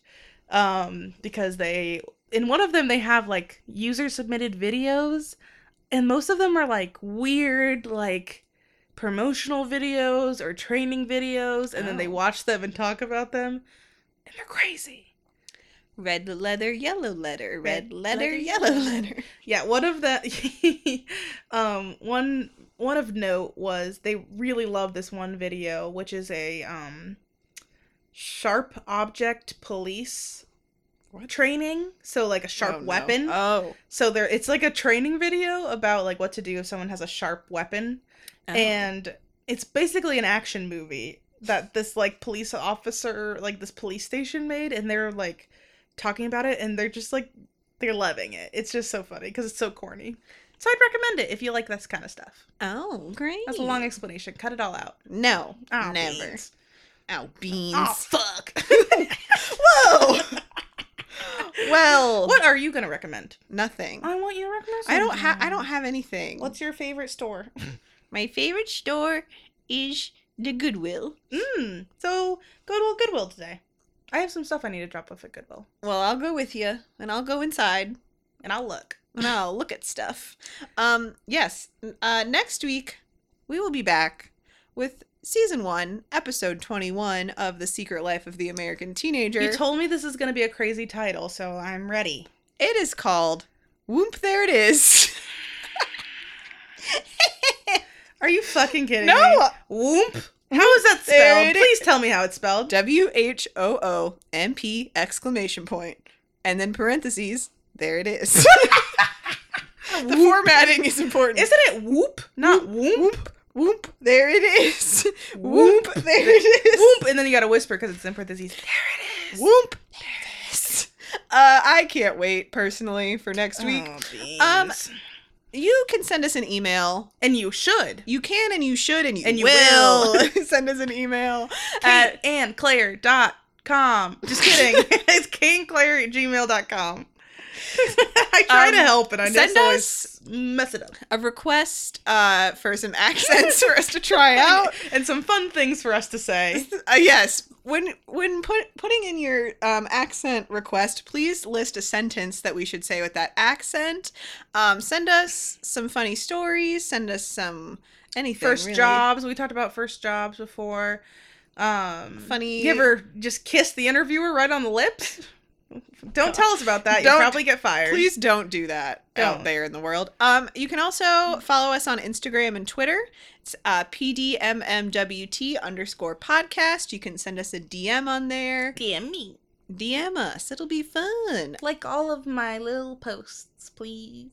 S2: um, because they in one of them they have like user submitted videos, and most of them are like weird like promotional videos or training videos, and then they
S1: Oh.
S2: watch them and talk about them, and they're crazy.
S1: Red leather, yellow letter,
S2: Red
S1: red, letter,
S2: leather,
S1: yellow
S2: yellow
S1: letter.
S2: Yeah, one of the um one one of note was they really love this one video, which is a um sharp object police
S1: What?
S2: training. So like a sharp
S1: Oh, no.
S2: weapon.
S1: Oh.
S2: So there it's like a training video about like what to do if someone has a sharp weapon. Uh-huh. And it's basically an action movie that this like police officer, like this police station made, and they're like talking about it and they're just like they're loving it. It's just so funny because it's so corny. So I'd recommend it if you like this kind of stuff.
S1: oh, great.
S2: That's a long explanation. Cut it all out.
S1: No,
S2: Oh,
S1: never.
S2: beans.
S1: Oh, beans.
S2: Oh fuck.
S1: Whoa. well,
S2: what are you gonna recommend?
S1: nothing.
S2: I want you to recommend.
S1: I don't have.
S2: something.
S1: I don't have anything.
S2: What's your favorite store?
S1: my favorite store? Is the Goodwill.
S2: Mmm. So go to a Goodwill today. I have some stuff I need to drop off at Goodwill,
S1: Well, I'll go with you, and I'll go inside,
S2: and I'll look.
S1: and I'll look at stuff. Um, yes. n- Uh, next week we will be back with season one, episode twenty-one of the Secret Life of the American Teenager.
S2: You told me this is going to be a crazy title, so I'm ready.
S1: It is called Whoop There It Is.
S2: Are you fucking kidding me?
S1: no!
S2: Whoop. How is that
S1: There
S2: spelled?
S1: it
S2: Please tell me how it's spelled.
S1: W H O O M P exclamation point. And then parentheses, there it is. the formatting is important.
S2: Isn't it whoop? Not whoop. Whoop,
S1: whoop, whoop, there it is. Whoop, there it is.
S2: and then you got to whisper because it's in parentheses.
S1: Whoop, there it is. Uh, I can't wait personally for
S2: Oh,
S1: next week.
S2: um,
S1: Um, You can send us an email
S2: and you should.
S1: You can and you should and you,
S2: And you
S1: will, send us an email at
S2: At annclaire.com. Just kidding. it's kingclaire at gmail.com. I try
S1: Um,
S2: to help, and I just
S1: send
S2: always mess it up.
S1: a request uh, for some accents for us to try out.
S2: and some fun things for us to say.
S1: Uh, yes, when when put, putting in your um, accent request, please list a sentence that we should say with that accent. Um, send us some funny stories. Send us some anything.
S2: first
S1: really.
S2: jobs. We talked about first jobs before. Um,
S1: Funny-
S2: You ever just kiss the interviewer right on the lips? Don't tell us about that. You'll
S1: Don't.
S2: probably get fired.
S1: Please don't do that
S2: Don't.
S1: out there in the world. Um, you can also follow us on Instagram and Twitter. It's uh, PDMMWT underscore podcast. You can send us a DM on there.
S2: DM me.
S1: DM us. It'll be fun.
S2: Like all of my little posts, please.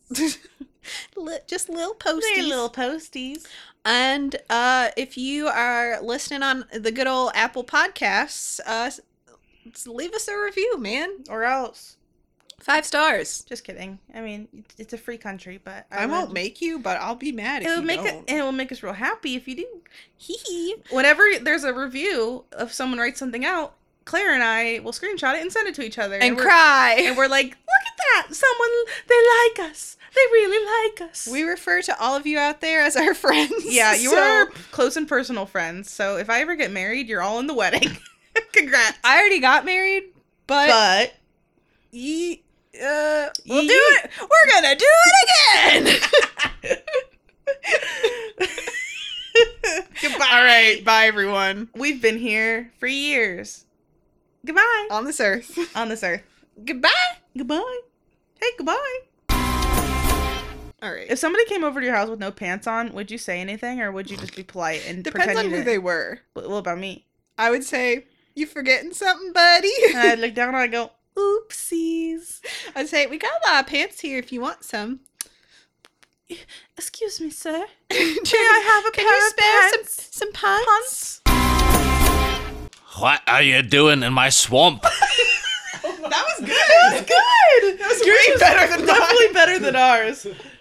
S1: Li- just little
S2: They're
S1: posties.
S2: little posties.
S1: And uh, if you are listening on the good old Apple Podcasts, uh, s- s- leave us a review, man.
S2: Or else.
S1: Five stars.
S2: Just kidding. I mean, it's- it's a free country, but
S1: I,
S2: would-
S1: won't make you, but I'll be mad if
S2: It will
S1: you
S2: make it,
S1: don't.
S2: and it will make us real happy if you do.
S1: Hee hee.
S2: Whenever there's a review of someone writes something out, Claire and I will screenshot it and send it to each other.
S1: And
S2: we're-
S1: cry.
S2: and we're like, look at that! Someone they like us. They really like us.
S1: We refer to all of you out there as our friends.
S2: yeah, you
S1: so
S2: are our close and personal friends. So if I ever get married, you're all in the wedding. Congrats!
S1: I already got married, but,
S2: But
S1: ye, uh, we'll
S2: Ye-
S1: do it. We're gonna do it again.
S2: goodbye.
S1: all right, bye everyone
S2: We've been here for years. Goodbye
S1: on this earth.
S2: on this earth.
S1: Uh, Goodbye.
S2: Goodbye. Hey, goodbye.
S1: All right.
S2: If somebody came over to your house with no pants on, would you say anything, or would you just be polite and
S1: Depends
S2: pretend
S1: on
S2: you
S1: who
S2: didn't?
S1: they were.
S2: What what about me?
S1: I would say you forgetting something, buddy.
S2: And I look down and I go, "Oopsies."
S1: I'd say we got a lot of pants here if you want some.
S2: Excuse me, sir.
S1: Can
S2: May I have a
S1: you
S2: pair of
S1: spare
S2: pants?
S1: some some pants?
S2: Pants?
S4: What are you doing in my swamp?
S2: That was good. That was good. That was way better than definitely better than ours.